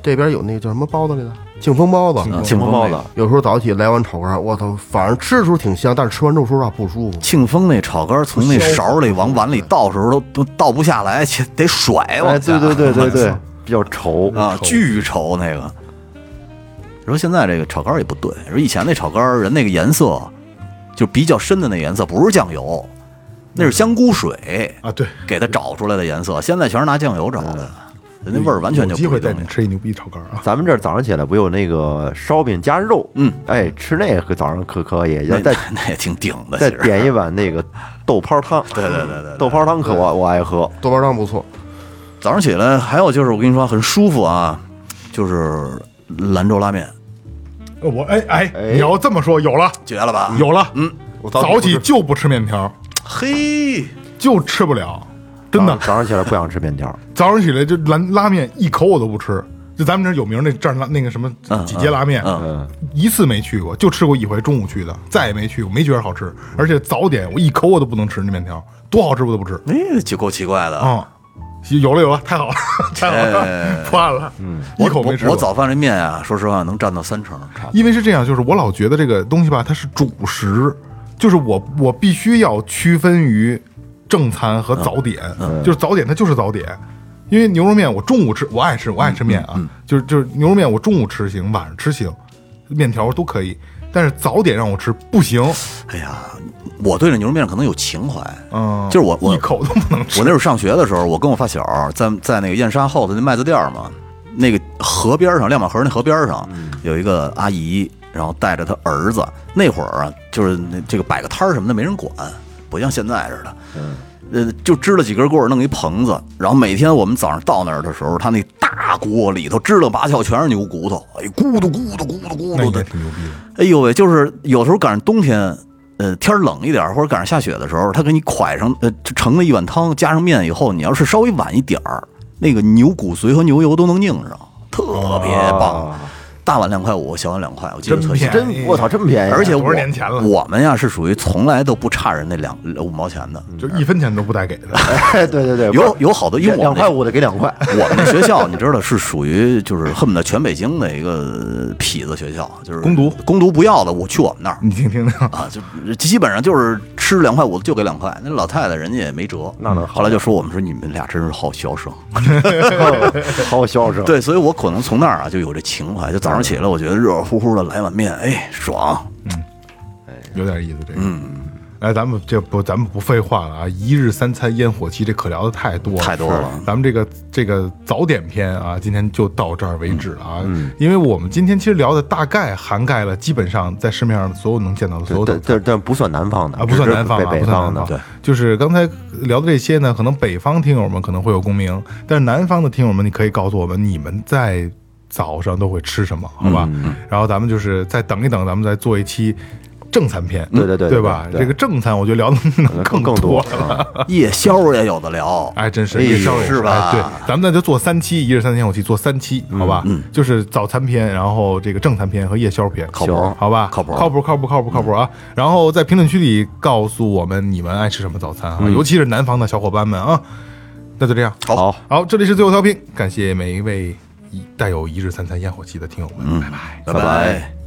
这边有那个叫什么包子来着？庆丰包子，啊庆丰包那子个。有时候早起来碗炒肝儿，我操，反正吃的时候挺香，但是吃完之后说实话不舒服。庆丰那炒肝儿从那勺里往碗里倒时候都都倒不下来，且得甩哎，往下。对对对对对，比较稠啊，巨稠那个。说现在这个炒肝儿也不对，说以前那炒肝儿人那个颜色，就比较深的那颜色不是酱油，那是香菇水啊，对，给它找出来的颜色，现在全是拿酱油找的，人那味儿完全就嗯有机不会一带样你。吃一牛逼炒肝儿啊！咱们这儿早上起来不有那个烧饼加肉？嗯，哎，吃那个早上可可以，要那再那也挺顶的，再其实点一碗那个豆泡汤。对对对对，豆泡汤可我我爱喝。豆瓣汤不错，早上起来还有就是我跟你说很舒服啊，就是兰州拉面，我哎哎，哎你要这么说，有了绝了吧？有了，嗯，我早起不吃就不吃面条，嘿，就吃不了，真的啊早。早上起来不想吃面条，早上起来就兰拉面一口我都不吃，就咱们这儿有名儿那蘸拉那个什么嗯几街拉面，嗯嗯，一次没去过，就吃过一回中午去的，再也没去过，没觉得好吃。嗯而且早点我一口我都不能吃那面条，多好吃我都不吃。那就够哎奇怪的。啊、有了有了，太好了， 太好了，破案了，嗯，一口没吃哎我我过。早饭这面啊，说实话能占到三成，差不多。因为是这样，就是我老觉得这个东西吧，它是主食，就是我我必须要区分于正餐和嗯早点，就是早点它就是早点，因为牛肉面我中午吃，我嗯爱吃我爱吃面啊，就是就是牛肉面我中午吃行，晚上吃行，面条都可以，但是早点让我吃不行，哎呀，我对这牛肉面可能有情怀，嗯，就是我我一口都不能吃我那时候上学的时候，我跟我发小在在那个燕莎后头那麦子店儿嘛，那个河边儿上亮马河那河边儿上有一个阿姨，然后带着她儿子。那会儿啊，就是那这个摆个摊儿什么的没人管，不像现在似的。呃，就支了几根棍儿，弄一棚子，然后每天我们早上到那儿的时候，他那大锅里头支了八翘全是牛骨头，哎，咕嘟咕嘟咕嘟咕那嘟应的该，挺牛逼的。哎呦喂，就是有时候赶上冬天，呃，天儿冷一点儿，或者赶上下雪的时候，他给你蒯上，呃，就盛了一碗汤，加上面以后，你要是稍微晚一点儿，那个牛骨髓和牛油都能拧上，特别棒。大碗两块五，小碗两块，我记得特清真便宜啊真我操，真便宜！啊而且我多少年前了我们呀是属于从来都不差人那两五毛钱的，就一分钱都不带给的， 哎， 对对对，有有好多，因为我两们块那五的给两块， 我们那学校，你知道是属于就是恨不得全北京的一个呃痞子学校，就是工读工读不要的，我去我们那儿，你听听听，啊，就基本上就是吃两块五就给两块，那老太太人家也没辙。那能好后来就说我们说你们俩真是好学生。好孝顺。对，所以我可能从那儿啊就有这情怀，就早上起来我觉得热热乎乎的来碗面，哎，爽。有点意思这个。嗯来，咱们这不，咱们不废话了啊！一日三餐烟火气，这可聊的太多了，太多了是咱们这个这个早点篇啊，今天就到这儿为止了啊，嗯因为我们今天其实聊的大概涵盖了基本上在市面上所有能见到的所有对的但但但不算南方的啊，不算只是南方北啊，北不算南方。方的，对，就是刚才聊的这些呢，可能北方听友们可能会有共鸣，但是南方的听友们，你可以告诉我们你们在早上都会吃什么，好吧？嗯然后咱们就是再等一等，咱们再做一期正餐篇，对对对对吧？对对这个正餐，我觉得 聊的可能更更更多了。了。夜宵也有的聊，哎，真是哎夜宵呦是吧嗯哎对，咱们那就做三期，一日三餐我去做三期，好吧？就是早餐篇，然后这个正餐篇和夜宵篇，靠谱行好吧？靠谱嗯靠谱，靠谱，靠谱，靠谱啊！然后在评论区里告诉我们你们爱吃什么早餐嗯啊，尤其是南方的小伙伴们啊。那就这样，好，好，这里是最后调频，感谢每一位一带有一日三餐烟火气的听友们，拜拜拜。拜